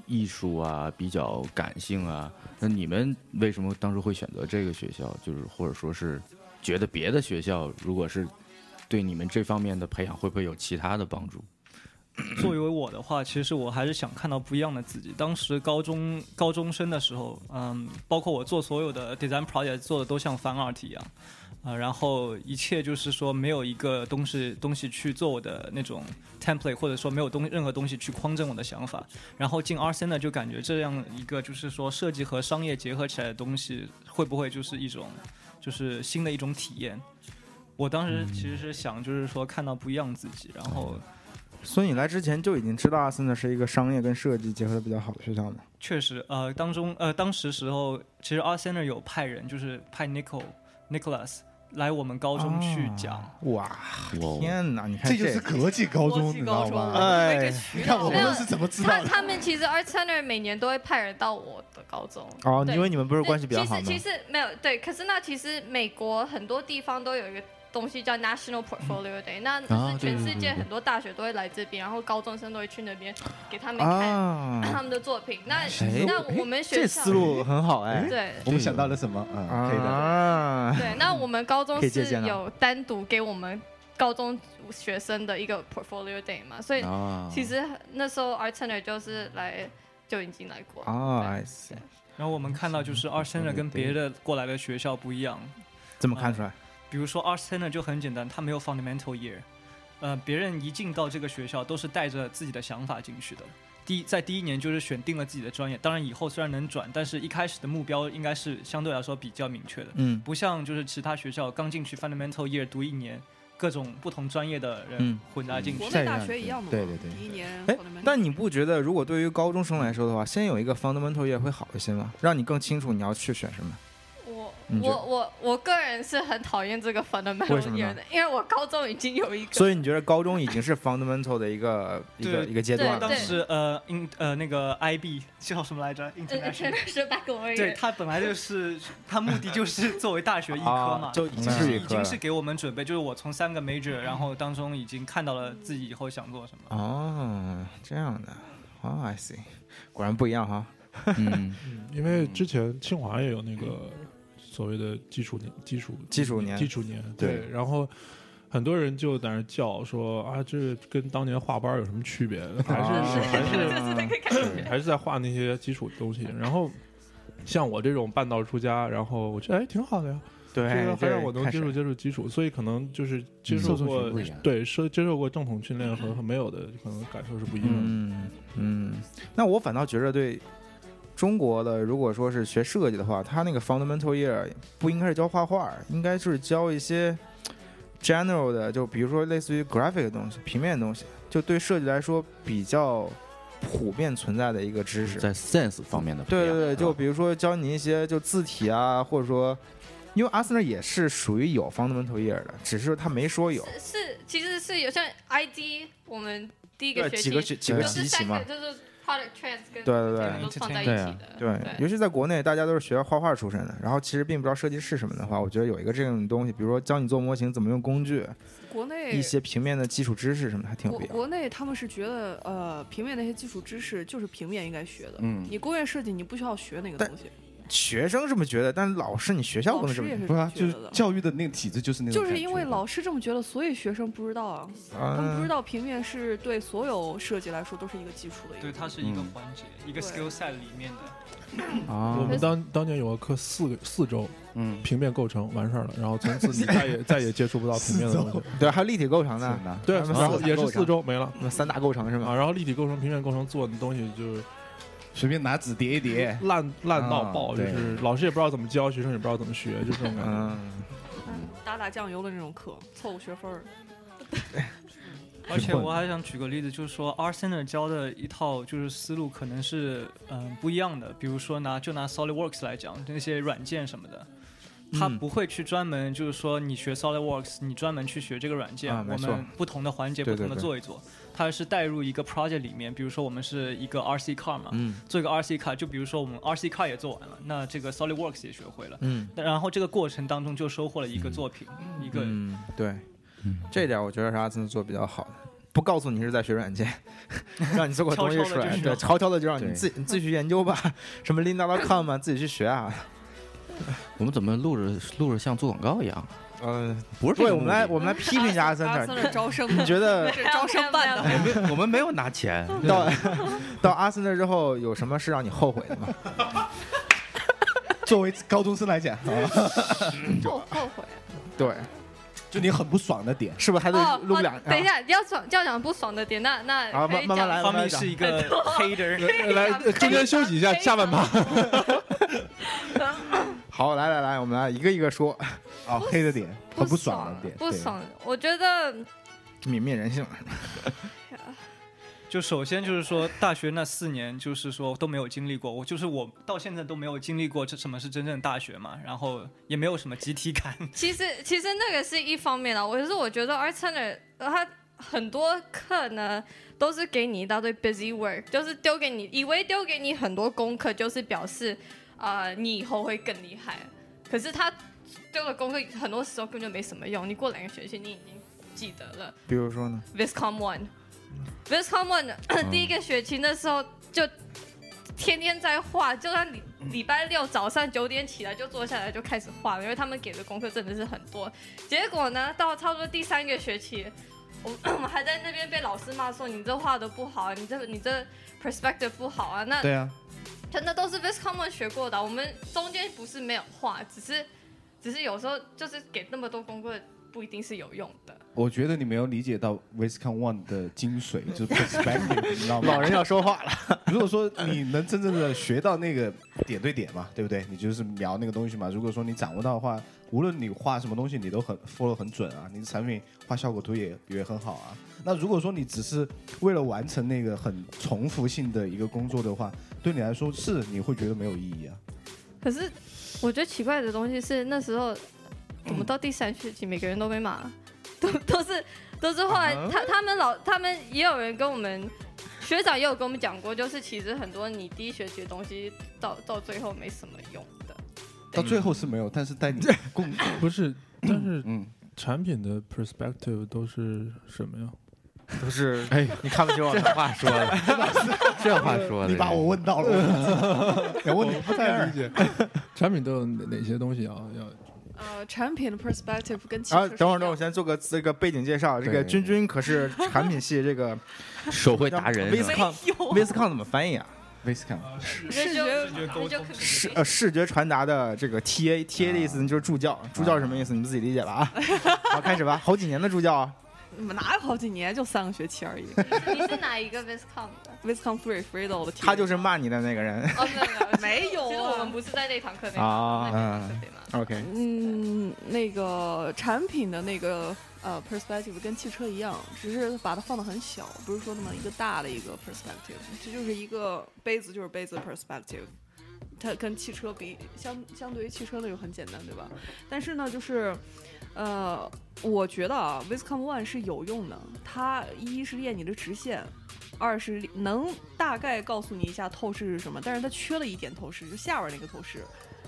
艺术啊，比较感性啊。那你们为什么当初会选择这个学校？就是或者说是觉得别的学校如果是对你们这方面的培养，会不会有其他的帮助？
作为我的话，其实我还是想看到不一样的自己。当时高中高中生的时候，嗯，包括我做所有的 design project 做的都像 fan art 一样，啊、然后一切就是说没有一个东西东西去做我的那种 template，或者说没有东任何东西去匡正我的想法。然后进 R C 呢，就感觉这样一个就是说设计和商业结合起来的东西，会不会就是一种就是新的一种体验？我当时其实是想，就是说看到不一样的自己，然后
所以你来之前就已经知道阿森纳是一个商业跟设计结合的比较好的学校吗？
确实，呃，当中呃，当时时候，其实 Arsenal 有派人，就是派 Nico Nicholas 来我们高中去讲。
啊哇，
哇，哦
天哪！你看
这就是
个
国际高
国
中，你
际
知
高
道
中，
吗？
我被
哎
这渠
你看
道
我
了。
们是怎么知
他
道的？
他们其实 Art Center 每年都会派人到我的高中。
哦，
对
因为你们不是
对
关系比较好吗？
其实其实没有对，可是那其实美国很多地方都有一个东西叫 National Portfolio Day，、那
啊
就是
对
全世
对
界
对对
很多大学都会来这边，然后高中生都会去那边给他们看、
啊，
他们的作品。那
谁
那
哎
我们学
哎
校
这思路很好哎。
对
我们想到了什么？嗯，可以的。
啊，
对，那我们高中
可以借
是
鉴啊
有单独给我们高中学生的一个 Portfolio Day 嘛，所以
哦
啊
其实那时候 Art Center 就是来就已经来过
啊
对
，I see
然后我们看到，就是 Arsenal 跟别的过来的学校不一样。
怎么看出来？
比如说 Arsenal 就很简单，他没有 fundamental year，呃，别人一进到这个学校都是带着自己的想法进去的。第一，在第一年就是选定了自己的专业，当然以后虽然能转，但是一开始的目标应该是相对来说比较明确的。
嗯
不像就是其他学校刚进去 fundamental year 读一年，各种不同专业的人
嗯
混杂进去。
国
这
内
样
大学一样的嘛，
对对对
第一年
哎
fundamental，
但你不觉得如果对于高中生来说的话，先有一个 fundamental 也会好一些吗？让你更清楚你要去选什么。
我
你觉
我我我个人是很讨厌这个 fundamental
为什么呢
year 的，因为我高中已经有一个，
所以你觉得高中已经是 fundamental 的一个一个
对
一个阶段了？
当
对
时呃，in 呃那个 IB 叫什么来着
呃
？International。
international baccalaureate
对他本来就是他目的就是作为大学一科嘛，
啊
就已经
是
是
一
已
科
经
了
是给我们准备，就是我从三个 major，然后当中已经看到了自己以后想做什么。
哦，这样的，哦，I see，果然不一样哈。
嗯，
嗯因为之前清华也有那个所谓的基础年、基础
基础年
基础年，
对
对，然后。很多人就在那儿叫说啊，这跟当年画班有什么区别？还是还是还是在画那些基础的东西。然后像我这种半道出家，然后我觉得哎挺好的呀，
哎
这
对
个，还让我能
看
接
谁
触接触基础，所以可能就是接受
受众
过
群不一样
对受接受过正统训练和和没有的可能感受是不一样的。
嗯嗯，
那我反倒觉着对中国的，如果说是学设计的话，他那个 fundamental year 不应该是教画画，应该就是教一些 general 的，就比如说类似于 graphic 的东西、平面的东西，就对设计来说比较普遍存在的一个 知识。
嗯在嗯 sense 方面的培
对
养
对对，
是吧
就比如说教你一些就字体啊，或者说，因为阿森纳也是属于有 fundamental year 的，只是他没说有。
是其实是有像 ID，我们第一个
对
学期
几个学几
就
个
是
习
三
起
个
嘛，
就是 product trends
对
跟
对对
这个都放在一起的，
对，啊尤其在国内，大家都是学画画出身的，然后其实并不知道设计是什么的话，我觉得有一个这种东西，比如说教你做模型，怎么用工具，
国内
一些平面的基础知识什么的，还挺有
国
必要。
国内他们是觉得呃平面那些基础知识就是平面应该学的，
嗯
你工业设计你不需要学那个
但
东西，
学生这么觉得，但老师你学校
老
不能
师
这么
也是
不
这
是
么
啊，就
觉
是
得的。
教育的那个体制就是那种
就
感觉，
是因为老师这么觉得，所以学生不知道啊，他们不知
啊。
嗯
道平面是对所有设计来说都是一个基础的一
对，
个。
它是一个
嗯
环节，一个
对
skill set 里面的。
我
啊
嗯
们当当年有个课四个四周
嗯，
平面构成完事儿了，然后从 此你再也再也接触不到平面的东西。
对，还有立体构成呢，
对，
他们
然后
四大
也是
构成
四，周没了
嗯
他们三大构成是
啊，
吗？
然后立体构成、平面构成做的东西就是
随便拿纸叠一叠，
烂烂到爆，
啊
就
对
是老师也不知道怎么教，学生也不知道怎么学，就这种感觉。
嗯，
嗯打打酱油的那种课，凑个学分儿。
而且我还想举个例子，就是说 a r s e n a 教的一套就是思路可能是嗯、不一样的。比如说拿就拿 SolidWorks 来讲，那些软件什么的。他
嗯
不会去专门就是说你学 SolidWorks，你专门去学这个软件，
啊没
我
错
们不同的环节
对
不同
对
的
对
做一做，它是带入一个 project 里面，比如说我们是一个 RC car 嘛，
嗯
做一个 RC car，就比如说我们 RC car 也做完了，那这个 SolidWorks 也学会了，
嗯，
那然后这个过程当中就收获了一个作品，一个
嗯，对
嗯，
这点我觉得是阿森做比较好的，不告诉你是在学软件， 让你做个东西
悄悄地
出来，
就知
对，
道
悄悄的就让你
对
自己你自己去研究吧，什么 Lynda.com 啊，自己去学啊，
我们怎么录着录着像做广告一样？
嗯，
不是这
对，
个
我们来
目
我们 来批评一下阿森
阿
纳，
森纳招生的，
你 觉得
这招生办的？
的我们我们没有拿 钱，
到到阿森纳之后有什么是让你后悔的吗？
作为高中生来讲，好吧
后后悔。
对，
就你很不爽的点，
是不是还
哦
得，录
哦
不两？
等一下，要爽要讲不爽的点，那那
啊
可以
慢慢
讲
来
他们是一
哎
个 hater，
来，中间休息一下，下半趴。
啊好，来来来，我们来一个一个说，
啊，黑的点，很
不
爽啊的点，
不
对
爽。我觉得
泯灭人性。
就首先就是说，大学那四年就是说都没有经历过，我就是我到现在都没有经历过这什么是真正的大学嘛，然后也没有什么集体感，
其实其实那个是一方面啦，我就是我觉得 a r t e r 他很多课呢都是给你一大堆 busy work，就是丢给你，以为丢给你很多功课，就是表示呃你以后会更厉害。可是他丢的功课很多时候根本就没什么用，你过两个学期你已经记得了。
比如说呢，
Viscom One，Viscom One 第一个学期那时候就天天在画，就算礼礼拜六早上九点起来就坐下来就开始画了，因为他们给的功课真的是很多。结果呢，到差不多第三个学期，我 我们还在那边被老师骂说你这画的不好，啊你这你这 perspective 不好啊，那
对啊，
真的都是 Viscom One 学过的啊，我们中间不是没有画，只是只是有时候就是给那么多功课不一定是有用的。
我觉得你没有理解到 Viscon One 的精髓， 就是 perspective，你知道吗？
老人要说话了，
如果说你能真正的学到那个点对点嘛，对不对？你就是描那个东西嘛。如果说你掌握到的话，无论你画什么东西，你都很 follow 很准啊。你的产品画效果图也也很好啊。那如果说你只是为了完成那个很重复性的一个工作的话，对你来说是你会觉得没有意义啊。
可是我觉得奇怪的东西是那时候我们到第三学期每个人都被骂，都都是都是后来他他们老他们也有人跟我们学长也有跟我们讲过，就是其实很多你第一学期的东西到到最后没什么用的。
到最后是没有，但是 带你共
不是，但是
嗯，
产品的 perspective 都是什么呀？
不是？
哎，
你看不起我，
这话说的，这话说的，
你把我问到了， 我我
不太理解，产品都有哪哪些东西要要？
呃，产品的 perspective 跟汽
啊，
车
等会儿，等会儿，我
是一样
先做个这个背景介绍。这
对
个君君可是产品系这个
手绘达人啊是吧
Viscom
有
Viscom 怎么翻译啊？
Viscom
那就
觉得
那就可
视呃视觉传达的这个 TA TA 的意思
啊
就是助教，助教是什么意思？你们自己理解吧 啊。好，开始吧。好几年的助教啊，
哪有好几年，就三个学期而已。
你是哪一个 Viscom 的？
Viscom Three Fredo 我的天，
他就是骂你的那个 人
哦，没有
没
没有，
有啊
其实我们不是在那堂课内骂，
啊。
那堂课内骂。
OK，
嗯，那个产品的那个呃 perspective 跟汽车一样，只是把它放的很小，不是说那么一个大的一个 perspective，这就是一个杯子就是杯子 perspective。它跟汽车比相相对于汽车那种很简单，对吧？但是呢，就是，呃，我觉得啊，Viscom One 是有用的。它一是练你的直线，二是能大概告诉你一下透视是什么，但是它缺了一点透视，就下边那个透视，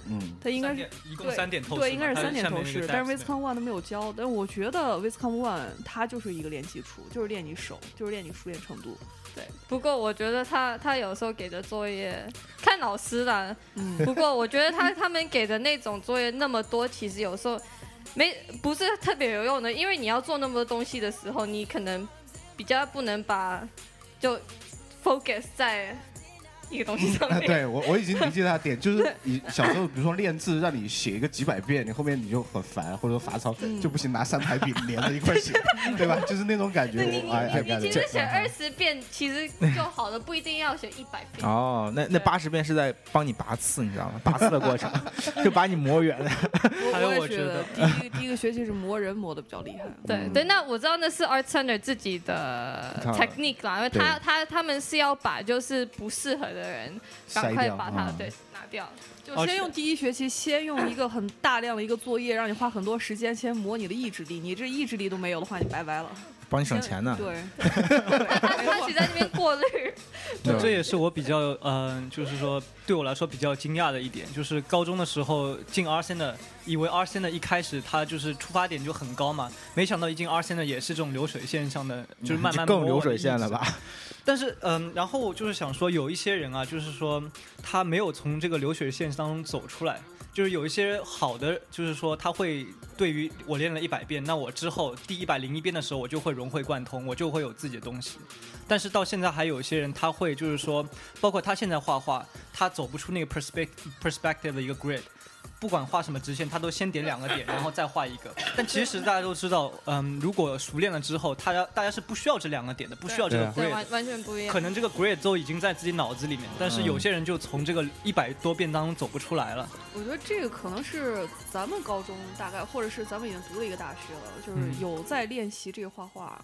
嗯，
它应该是
一共
对
三点透视嘛，
对，应该是
它
三点
下面
透
那个
视，
depth
但是
那个
Viscom One 它没有教。但我觉得 Viscom One 它就是一个练基础，就是练你手，就是练你熟练程度。
不过我觉得他他有时候给的作业看老师啦，
嗯，
不过我觉得他 他们给的那种作业那么多，其实有时候没不是特别有用的，因为你要做那么多东西的时候，你可能比较不能把就 focus 在一个东西上
啊
面。
对我我已经理解他的点，就是 你小时候比如说练字，让你写一个几百遍，你后面你就很烦或者说罚抄，就不行拿三排笔连着一 块写，对吧？就是那种感觉。
对你
我哎哎，
你你
感
其
觉
实写二十遍其实就好了，不一定要写一百遍。
哦，那那
对
八十遍是在帮你拔刺，你知道吗？拔刺的过程 就把你磨圆。
我
还有
我也
我
觉
觉
得
得
第一第一个学期是磨人磨的比较厉害。
对
嗯
对，那我知道那是 Art Center 自己的
他
technique 啦，因为他他他们是要把就是不适合的人赶
筛
快
掉
把它
嗯
对拿掉。
就先用第一学期，先用一个很大量的一个作业，让你花很多时间，先磨你的意志力。你这意志力都没有的话，你拜拜了。
帮你省钱呢。
对，
他他其实在那边 过滤，
对
这也是我比较嗯、呃就是说对我来说比较惊讶的一点，就是高中的时候进 R C 的，以为 R C 的一开始它就是出发点就很高嘛，没想到一进 R C 的也是这种流水线上的，就是 慢慢
更
磨
流
我的
水
意
线
志
了 吧？
但是，嗯，然后我就是想说，有一些人啊，就是说他没有从这个流水线当中走出来，就是有一些好的，就是说他会对于我练了一百遍，那我之后第一百零一遍的时候，我就会融会贯通，我就会有自己的东西。但是到现在还有一些人，他会就是说，包括他现在画画，他走不出那个 perspective perspective 的一个 grid。不管画什么直线，他都先点两个点，然后再画一个。但其实大家都知道，嗯，如果熟练了之后，大家大家是不需要这两个点的，不需要这个
对
grid
对，啊
的
完完全不一样
可。能这个 grade 都已经在自己脑子里面，但是有些人就从这个一百多遍当中走不出来了。
我觉得这个可能是咱们高中大概，或者是咱们已经读了一个大学了，就是
嗯
有在练习这个画画，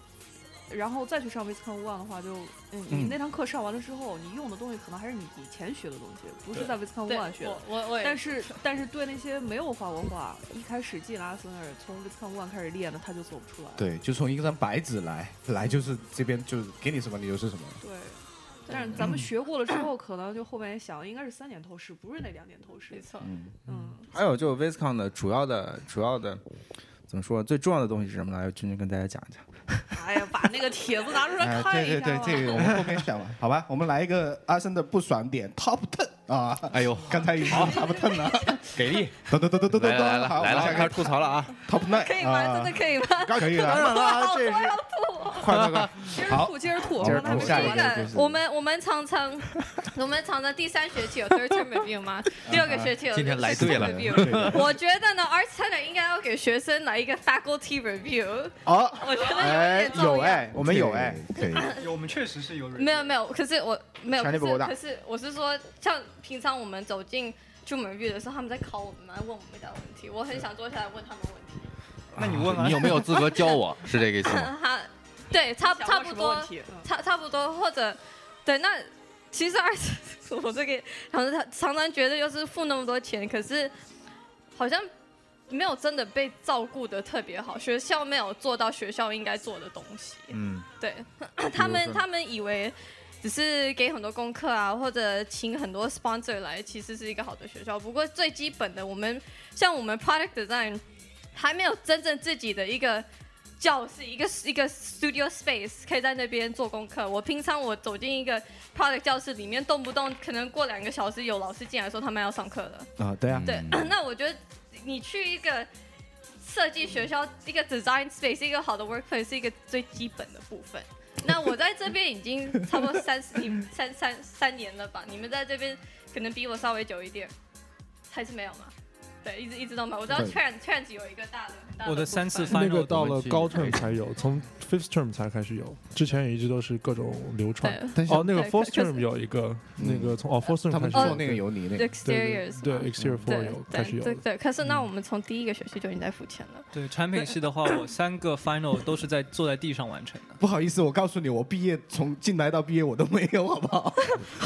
然后再去上 Viscom One 的话就，嗯，你
嗯
那堂课上完了之后，你用的东西可能还是你以前学的东西，不是在 Viscom
对
One 学的
我。我我也
但是但是对那些没有画过画，一开始进阿森纳从 Viscom One 开始练的，他就走不出来。
对，就从一张白纸来，来就是这边就是给你什么你就是什么。
对但是咱们学过了之后，可能就后面也想，应该是三点透视，不是那两点透
没
视。
错，
嗯，
嗯，
还有就是 Viscom 的主要的主要的怎么说？最重要的东西是什么呢？君君跟大家讲一下。
哎呀，把那个帖子拿出来
哎，
看啊一
对对
下吧。
对，这
啊
个我们后面讲吧，好吧？我们来一个阿森的不爽点 top ten 啊！
哎呦，
刚才已经 top ten 了，
给力！
噔噔噔噔噔噔，
来了来了
好
来
我
了，
们下
开始
一个
吐槽了啊！
top nine，
可以吗？真的可 以吗？
的可以了。
然了 啊，这是快快快！
接着
好
吐，接着吐，
接着
我们
吐下
还没
一
说
个
呢
就。是
我们我们常常 我们常常第三学期有 third term review 吗？第二个学期有
今天
third
来对
term
了
review
对的
我觉得呢，Art Center 应该要给学生来一个 faculty review。
哦，
我觉得有
哎
点，重
有
要。
哎，我们有哎，，
可以。
有，我们确实是有人
没有没有，可是我没有，
权力不
可
够
是
大
可是我是说，像平常我们走进朱门玉的时候，他们在考我们嘛，问我们一点问题，我很想坐下来问他们问题。
那你问啊
你有没有资格教我？是这个意思吗？
嗯，哈，对，差
想
差
问
不
什么
多
问，题嗯
差差不多，或者对，那其实二十， 我这个好像常常觉得就是付那么多钱，可是好像没有真的被照顾的特别好，学校没有做到学校应该做的东西。
嗯，
对他们，
说
他们以为只是给很多功课啊，或者请很多 sponsor 来，其实是一个好的学校。不过最基本的，我们像我们 product design 还没有真正自己的一个教室，一个一个 studio space，可以在那边做功课。我平常我走进一个 product 教室里面，动不动可能过两个小时有老师进来说他们要上课了。
啊，对啊，
对，
嗯
那我觉得你去一个设计学校，一个 design space，一个好的 workplace 是一个最基本的部分。那我在这边已经差不多三十 三三三年了吧？你们在这边可能比我稍微久一点，还是没有吗？对，一直一直都没有。我知道
对
trans trans 有一个大的很大的
我的
部分
三次
那
final
个到了高
我
term
们去
才有，从 fifth term 才开始有，之前也一直都是各种流
对
传。
但是
哦，那个
对
fourth
可可
term
是
有一个，
嗯
那个从哦 fourth term
他
开
们
始有
做那个油泥那个，
对
exteriors
对
嘛
对 exterior
嗯
four
对
有开始
对
有
对
了，
对，可是那我们从第一个学期就已经在付钱了。
对产品系的话，我三个 final 都是在坐在地上完成的。
不好意思，我告诉你，我毕业从进来到毕业我都没有，好不好？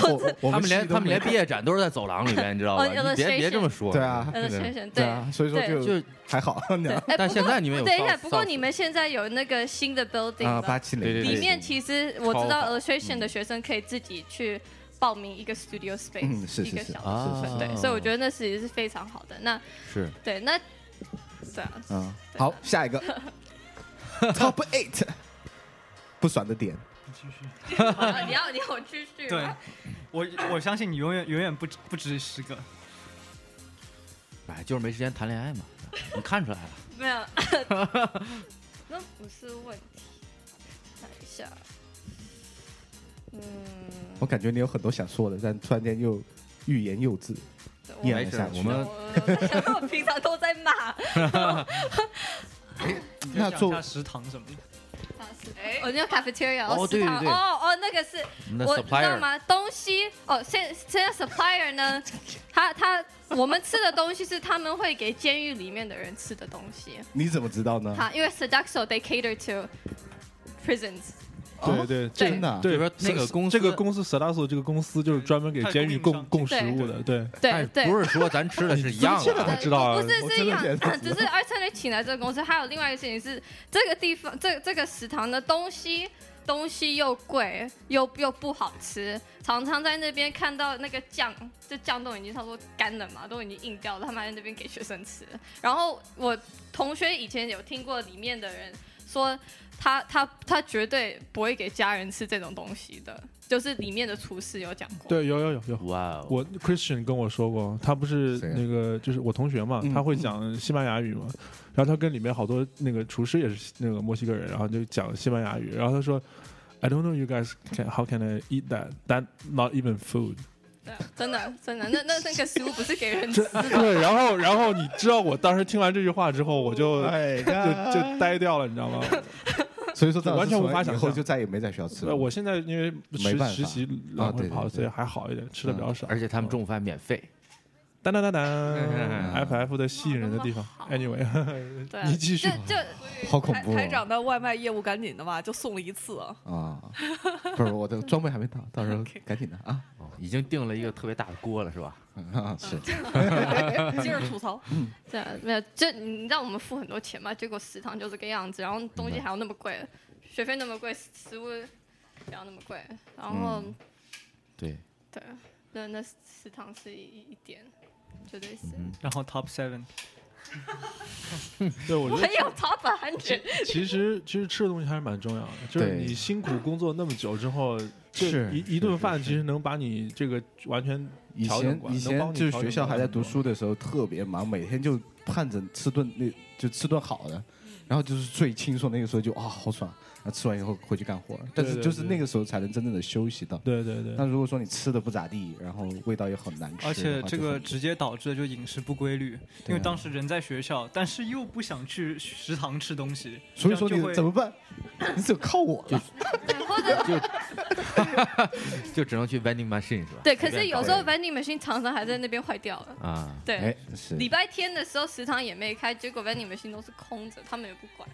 我我
他们连
系都
他们连
没
毕业展都是在走廊里面，你知 道吧？
哦
你别
illustration
别这么说。
对啊
呃，
对
先生，
对
对，
啊，所以说
对
就
就
还好。
对
啊，
哎，
但
不
现
过
在你们有
等一下，
sauce-
不过
sauce
你们现在有那个新的 building 了
八七
对
零
对
里面其实我知道
超嗯
illustration 的学生可以自己去报名一个 studio
嗯
space，
是是
一个
是
小
啊
的部分，对，所以我觉得那其实是非常好的。那
是
对，那对 啊，
嗯，好，下一个 top eight 不爽的点，
好了你要你要继续
对
吗？，
我我相信你永远永远不止不止十个。
哎，就是没时间谈恋爱嘛，你看出来了。
没有， 那不是问题。看一下，嗯，
哦
我感觉你有很多想说的，但突然间又欲言又止。
对
咽
没
了
事
下去。
我们
我 我平常都在骂，
那
讲一
做
下食堂什么的，
我那个 cafeteria
哦
食堂
对对对
哎哦哦，那个是
我们的
我你知道
supplier
吗？东西哦，现现在 supplier 呢，他他我们吃的东西是他们会给监狱里面的人吃的东西。
你怎么知道呢？
好，因为 Seduxo they cater to prisons，
对对，这
真的啊
对
就说那个公司
这个公司 s e d a s o 这个公司就是专门给
它是
监狱
供应
供
商
供食
对
物的，对，哎
对
但
对。
不是说咱吃 的是一样
现在
的
才
啊。
知道啊
哦不 是
我
是
真
一
的
样
觉得，
只是二三零请来这个公司，还有另外一个事情是，这个地方这这个食堂的东 西东西又贵又又不好吃，常常在那边看到那个酱，这酱都已经差不多干了嘛，都已经硬掉了，他们还在那边给学生吃。然后我同学以前有听过里面的人说他，他他绝对不会给家人吃这种东西的，就是里面的厨师有讲过。
对有有有有，
哇哦，
我 Christian 跟我说过，他不是
谁啊
那个就是我同学嘛
嗯，
他会讲西班牙语嘛，然后他跟里面好多那个厨师也是那个墨西哥人，然后就讲西班牙语，然后他说。I don't know you guys can how can I eat that that not even food
对，真的真的，那那那个食物不是给人吃
这。对，然后然后你知道我当时听完这句话之后，我就
哎
就
呀，
就呆掉了，你 知道吗？
所以说赵老师
完全无法
从以
想
后
象
就再也没在学校吃
呃，
了。
我现在因为
没
实
办法
实习
啊
来回
对对
跑，
对嗯
所以还好一点，吃的比较少。
而且他们中午饭免费，
当当 当当
嗯
，FF 的吸引人的地方。Anyway，
对，
你继续
就就
好恐
台
怖哦
台长的外卖业务赶紧的吧，就送了一次 啊。
啊！不是我的装备还没到，到 时候赶紧的啊！
哦已经订了一个特别大的锅了，是吧？
啊是
接着吐槽，
嗯
对啊，没有，就你让我们付很多钱嘛，结果食堂就这个样子，然后东西还要那么贵，学费那么贵，食物也要那么贵，然后、
嗯
对，
对，那那食堂是一一点，就类似。
嗯
然后 top seven
对，我 觉
我
得
有 top hundred，
其实其实吃的东西还是蛮重要的，就是
对
你辛苦工作那么久之后，这
是
一一顿饭其实能把你这个完全
以
调整
前
过来
以
能
前
帮你
就是
调
学
整
校
过来
还在
很
读
多
书的时候特别忙，每天就盼着吃顿那就吃顿好
嗯
的，然后就是最轻松那个时候就啊、好爽，然后吃完以后回去干活，但是
对
就是
对
那个时候才能真正的休息到。
对对对
那如果说你吃的不咋地，然后味道又很难吃，
而且这个直接导致的就饮食不规律，因
对啊
为当时人在学校，但是又不想去食堂吃东西，
所以说
这
你
样就会
怎么办？你只有靠我了。
或者
就只能去 vending machine 是吧？
对，可是有时候
对
vending machine 常常还在那边坏掉了，
啊，
对。
哎，是
礼拜天的时候食堂也没开，结果 vending machine 都是空着，他们也不管。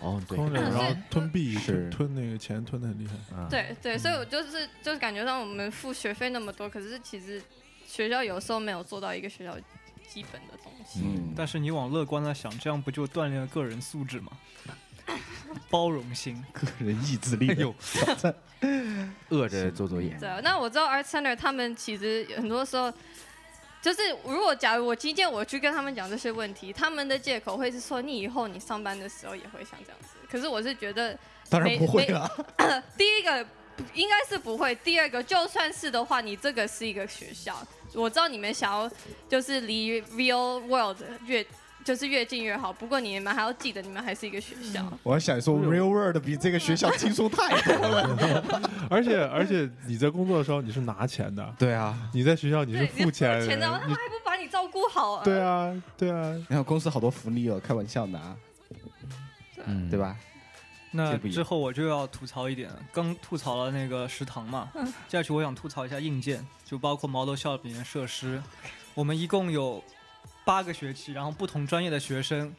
哦对，
空着，然后吞币
是
吞吞那个钱吞的很厉害。
啊，
对对，所以我就是就是感觉到我们付学费那么多，可是其实学校有时候没有做到一个学校基本的东西。
嗯，
但是你往乐观了想，这样不就锻炼了个人素质 吗？包容心，
个人意志 力啊有挑战。
饿着做作业，
对啊，那我知道 Art Center 他们其实很多时候就是如果假如我今天我去跟他们讲这些问题，他们的借口会是说你以后你上班的时候也会像这样子。可是我是觉得，
当然
没
不会
没
啊
啊
了。
第一个不应该是不会，第二个就算是的话，你这个是一个学校，我知道你们想要就是离 real world 越就是越近越好，不过你们还要记得你们还是一个学校。
嗯
我还想说，real world 比这个学校轻松太多了。
而且而且你在工作的时候你是拿钱的，
对啊，
你在学校你是
对，你
付钱的，
钱的，他
你
们还不把你照顾好、啊。
对啊对啊，
然后公司好多福利哦，开玩笑拿，
嗯，
对？吧？
那
这不一样
之后我就要吐槽一点，刚吐槽了那个食堂嘛，接下去我想吐槽一下硬件，就包括 Model Shop 里面设施。我们一共有八个学期，然后不同专业的学生，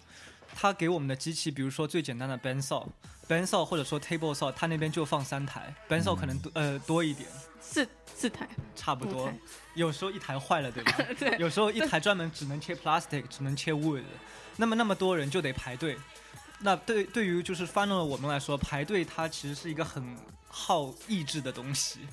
他给我们的机器，比如说最简单的 Ben Saw、Ben Saw 或者说 Table Saw，他那边就放三台，Ben Saw
嗯
可能多、呃多一点，
四四台，
差不
五
多
台，
有时候一台坏了，对吧？
对，
有时候一台专门只能切 plastic，只能切 wood，那么那么多人就得排队。那对对于就是 f i n a l 我们来说，排队它其实是一个很耗意志的东西。
嗯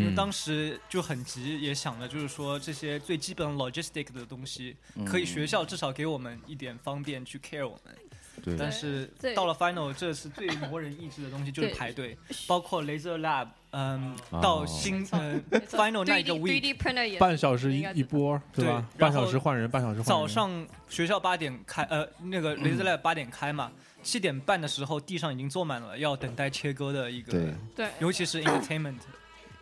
因为当时就很急，也想着就是说这些最基本 logistic 的东西，嗯
嗯
可以学校至少给我们一点方便去 care 我们。
对
但是
对
到了 final，这是最磨人意志的东西，就是
对
排 队，包括 laser lab，嗯，
哦
到新呃
没错
final 那
3D
一个 week，
3D printer 也
半小时
应
一
该知
一
道
波，对吧？
对
半
然后
小时换人，半小时换人。
早上学校八点开，呃，那个
嗯
雷 a 莱八点开嘛，七点半的时候地上已经坐满了要等待切割的一个
嗯对，
对，
尤其是 entertainment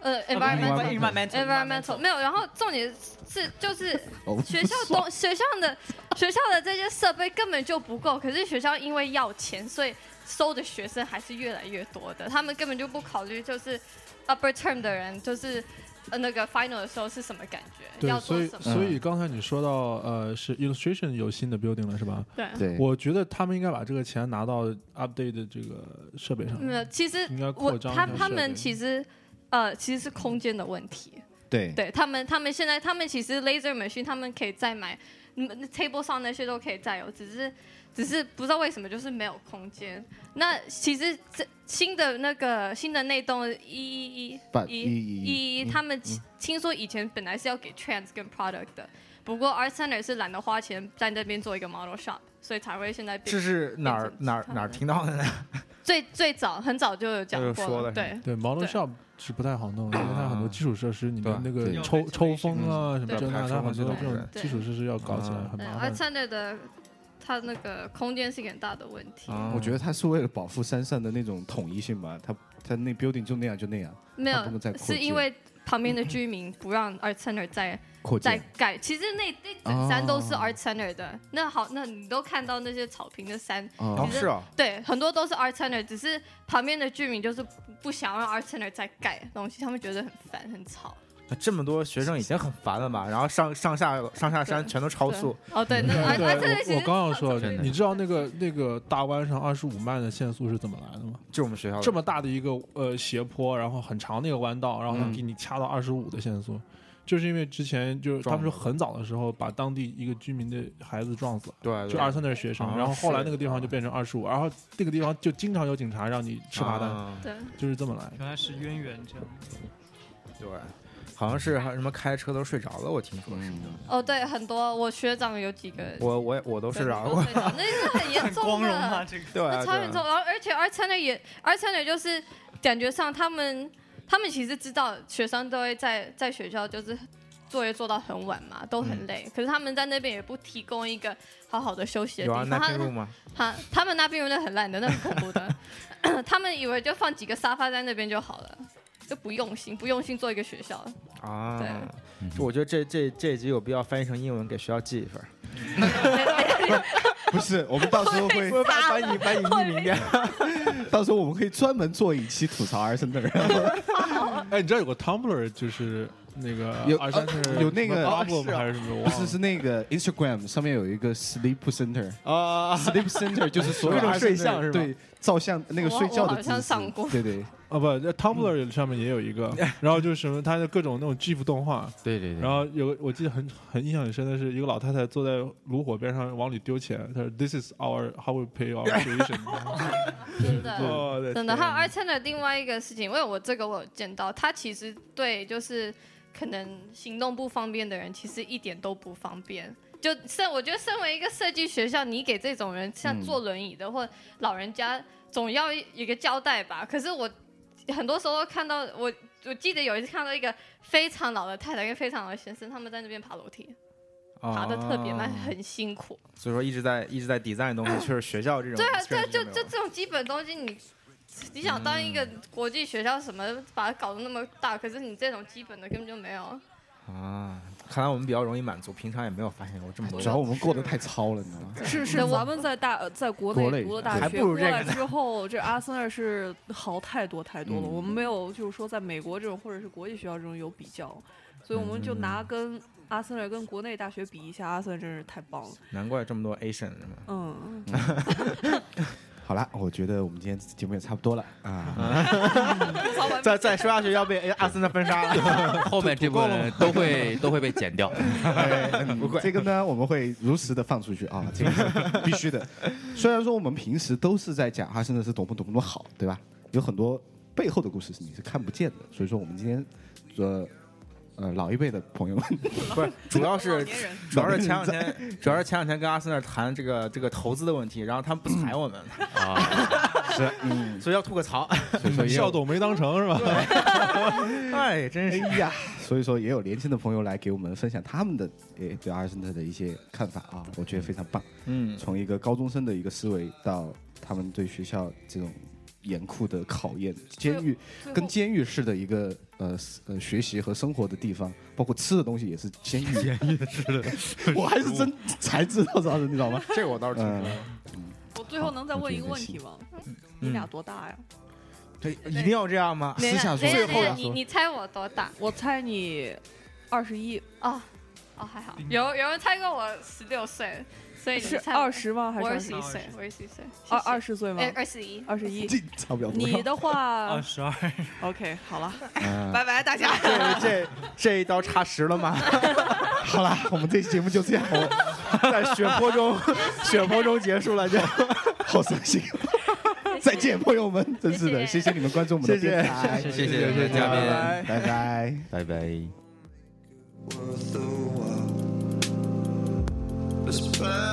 呃
呃不是
environmental
environmental
environmental 没有，然后重点是就是
哦
学校 东学校的学校的这些设备根本就不够，可是学校因为要钱，所以收的学生还是越来越多的，他们根本就不考虑就是 upper term 的人就是。呃，那个 final 的时候是什么感觉？
对，
要
所
做
以
什么？
所以刚才你说到呃是 Illustration 有新的 building 了是吧？
对，
对，
我觉得他们应该把这个钱拿到 update 的这个设备上。
嗯，其实
应该
我
扩张一
他
下
他
设
们
备
其实呃其实是空间的问题，
对，
对他们，他们现在他们其实 laser machine 他们可以再买嗯，table 上那些都可以再有，只是只是不知道为什么就是没有空间。那其实这新的那个新的那栋一一一
把啊一
一
一嗯
一一，他们听听说以前本来是要给 trans 跟 product 的，不过 art center 是懒得花钱在那边做一个 model shop，所以才会现在变
这是哪儿
变成
哪儿
其
哪儿听
他的
到的呢？
最最早很早就有讲
就
过
说了
了，
是吧
对。
对，model
对
shop 是不太好弄，因为它很多基础设施，你的那
啊对
个
对
抽抽风啊什么
对
这那，
对
它很多这种
对
基础设施要搞起来
啊
嗯
很
对
麻
，art
烦。
center 的它那个空间是一个很大的问题。
啊
我觉得他是为了保护山上的那种统一性吧，他他那 building 就那样就那样
没
它不能再
有，
扩
是因
建
为旁边的居民不让 Art Center 再
扩
再
建，哦
盖。其实那那整山都是 Art Center 的。那好，那你都看到那些草坪的山，
哦
哦，是啊，
对，很多都是 Art Center，只是旁边的居民就是不不想让 Art Center 再盖东西，他们觉得很烦很吵。
那这么多学生已经很烦了嘛，然后上上下上下山
对
全都超速，
对。哦，对， 那 Art
啊对
Art Center
我
其
我
实
刚要说，
真的
你知道那个那个大湾上二十五迈的限速是怎么来的吗？
就我们学校的
这么大的一个呃斜坡，然后很长的一个弯道，然后他给你掐到二十五的限速，就是因为之前就是他们说很早的时候把当地一个居民的孩子撞死了。
对，
就二三的学生，
啊
然后后来那个地方
是
就变成二十五，然后那个地方就经常有警察让你吃罚单，
单，
对，
就是这么来的。
原来是渊源这样。
对，好像是还有什么开车都睡着了，我听说是，
哦对，很多我学长有几个
我我我都睡
对
啊
着
都
过，
睡着那是很严
很
重的。
光荣啊，这个
对
那
啊，
超严
对
重。
啊
然后而且 Art Center 也 Art Center 就是感觉上他们他们其实知道学生都会在在学校就是作业做到很晚嘛，都
嗯
很累。可是他们在那边也不提供一个好好的休息的
有啊，
地方。
那
他
并入吗？
他他们那边用的很烂的，那很恐怖的。 他们以为就放几个沙发在那边就好了。就不用心，不用心做一个 学校，
啊
对，
嗯
我觉得这这这一集有必要翻译成英文给学校寄一份儿，
不是，我们到时候 会，
把你把你匿名掉。
到时候我们可以专门做一期吐槽儿生的人，
哎，你知道有个 Tumblr 就是那个
有
二三是
有那个
problem 还啊是什么？
不
我忘
是
了
是那个 Instagram 上面有一个 Sleep Center，Sleep
啊，
Center 就是所有
各种
Arsenal
睡相是吧
对，照相那个睡觉的姿势，
我好像上过
对对，
啊，不这，Tumblr
嗯
上面也有 一个，然后就是什么，它的各种那种 GIF 动画，
对对对。
然后有个我记得很很印象很深的是，一个老太太坐在炉火边上往里丢钱，她说 This is our how we pay our tuition。 哦
真的。
我的
真的，
天
还有 Artsen 的另外一个事情，因为我这个我有见到，他其实对就是可能行动不方便的人，其实一点都不方便。就身，我觉得身为一个设计学校，你给这种人像
嗯
坐轮椅的或老人家，总要一个交代吧。可是我很多时候看到我， 我记得有一次看到一个非常老的太太跟非常老的先生，他们在那边爬楼梯，爬的特别慢，
哦
很辛苦。
所以说一直在一直在 design 东西，确实学校这种
对啊，
确
这
实
就是
没有嗯
就这种基本东西你，你想当一个国际学校什么，把它搞得那么大，可是你这种基本的根本就没有。
啊，看来我们比较容易满足，平常也没有发现过这么多
主。 要我们过得太糙了，你知道吗？
是是，
那我
咱们在大呃在国
国
内
内
读了大
还
学，
不如
过
这个
来之后，这阿森纳是好太多太多了。
嗯
我们没有就是说在美国这种或者是国际学校这种有比较，所以我们就拿跟阿森纳跟国内大学比一下，阿森纳真是太棒了。
难怪这么多 Asian 是吗？
嗯，
好了，我觉得我们今天节目也差不多了啊。
早
嗯
晚
再再说下去要被哎阿森纳封杀 了。
后面这部分都会都会被剪 掉。
不会，这个呢，我们会如实的放出去啊，这个是必须的。虽然说我们平时都是在讲阿森纳是多么多么多么好，对吧？有很多背后的故事是你是看不见的，所以说我们今天呃呃老一辈的朋友们，
不是，主要
老
是
年人
主要是前两天，主要是前两天跟阿森纳谈这个这个投资的问题，然后他们不睬我们，
是 嗯，
所以要吐个槽。
所以说
嗯
也有
校董没当成是吧？
哎，真是
哎呀，所以说也有年轻的朋友来给我们分享他们的诶对阿森纳的一些看法啊，我觉得非常棒。
嗯，
从一个高中生的一个思维到他们对学校这种严酷的考验，监狱
最
跟
后
监狱式的一个呃呃学习和生活的地方，包括吃的东西也是监狱监狱式的。 我还是真才知道啥的，你知道 吗？
这个我倒是听说
嗯
过。
我最后能再
好我
问
觉
一个
得
问
行
题吗？你俩多大呀？
对，一定要这样吗？
等一下，
说
等一下，
最后
等一下
要
你
说
你猜我多大？
我猜你二十一，
哦哦，还
嗯
好，有有人猜过我十六岁，所以你
是
猜我
二，十吗？还
我
是
二十
21
一岁，我二十一岁，
二二
十，
十岁吗
哎，？二十一，
二十一。
这差不了多少。
你的话
二十二，
，OK，好了，
嗯
拜拜大家。
这这这一刀插实了吗？
好啦，我们这期节目就这样，我在血泊中，血泊中结束了，就好伤心。 再见，朋友们，真是的，谢
谢谢
谢你们关注我们的
谢谢
电台，
谢谢
谢谢
嘉宾，
拜
拜拜。
拜拜。
Worth the while. It's bad.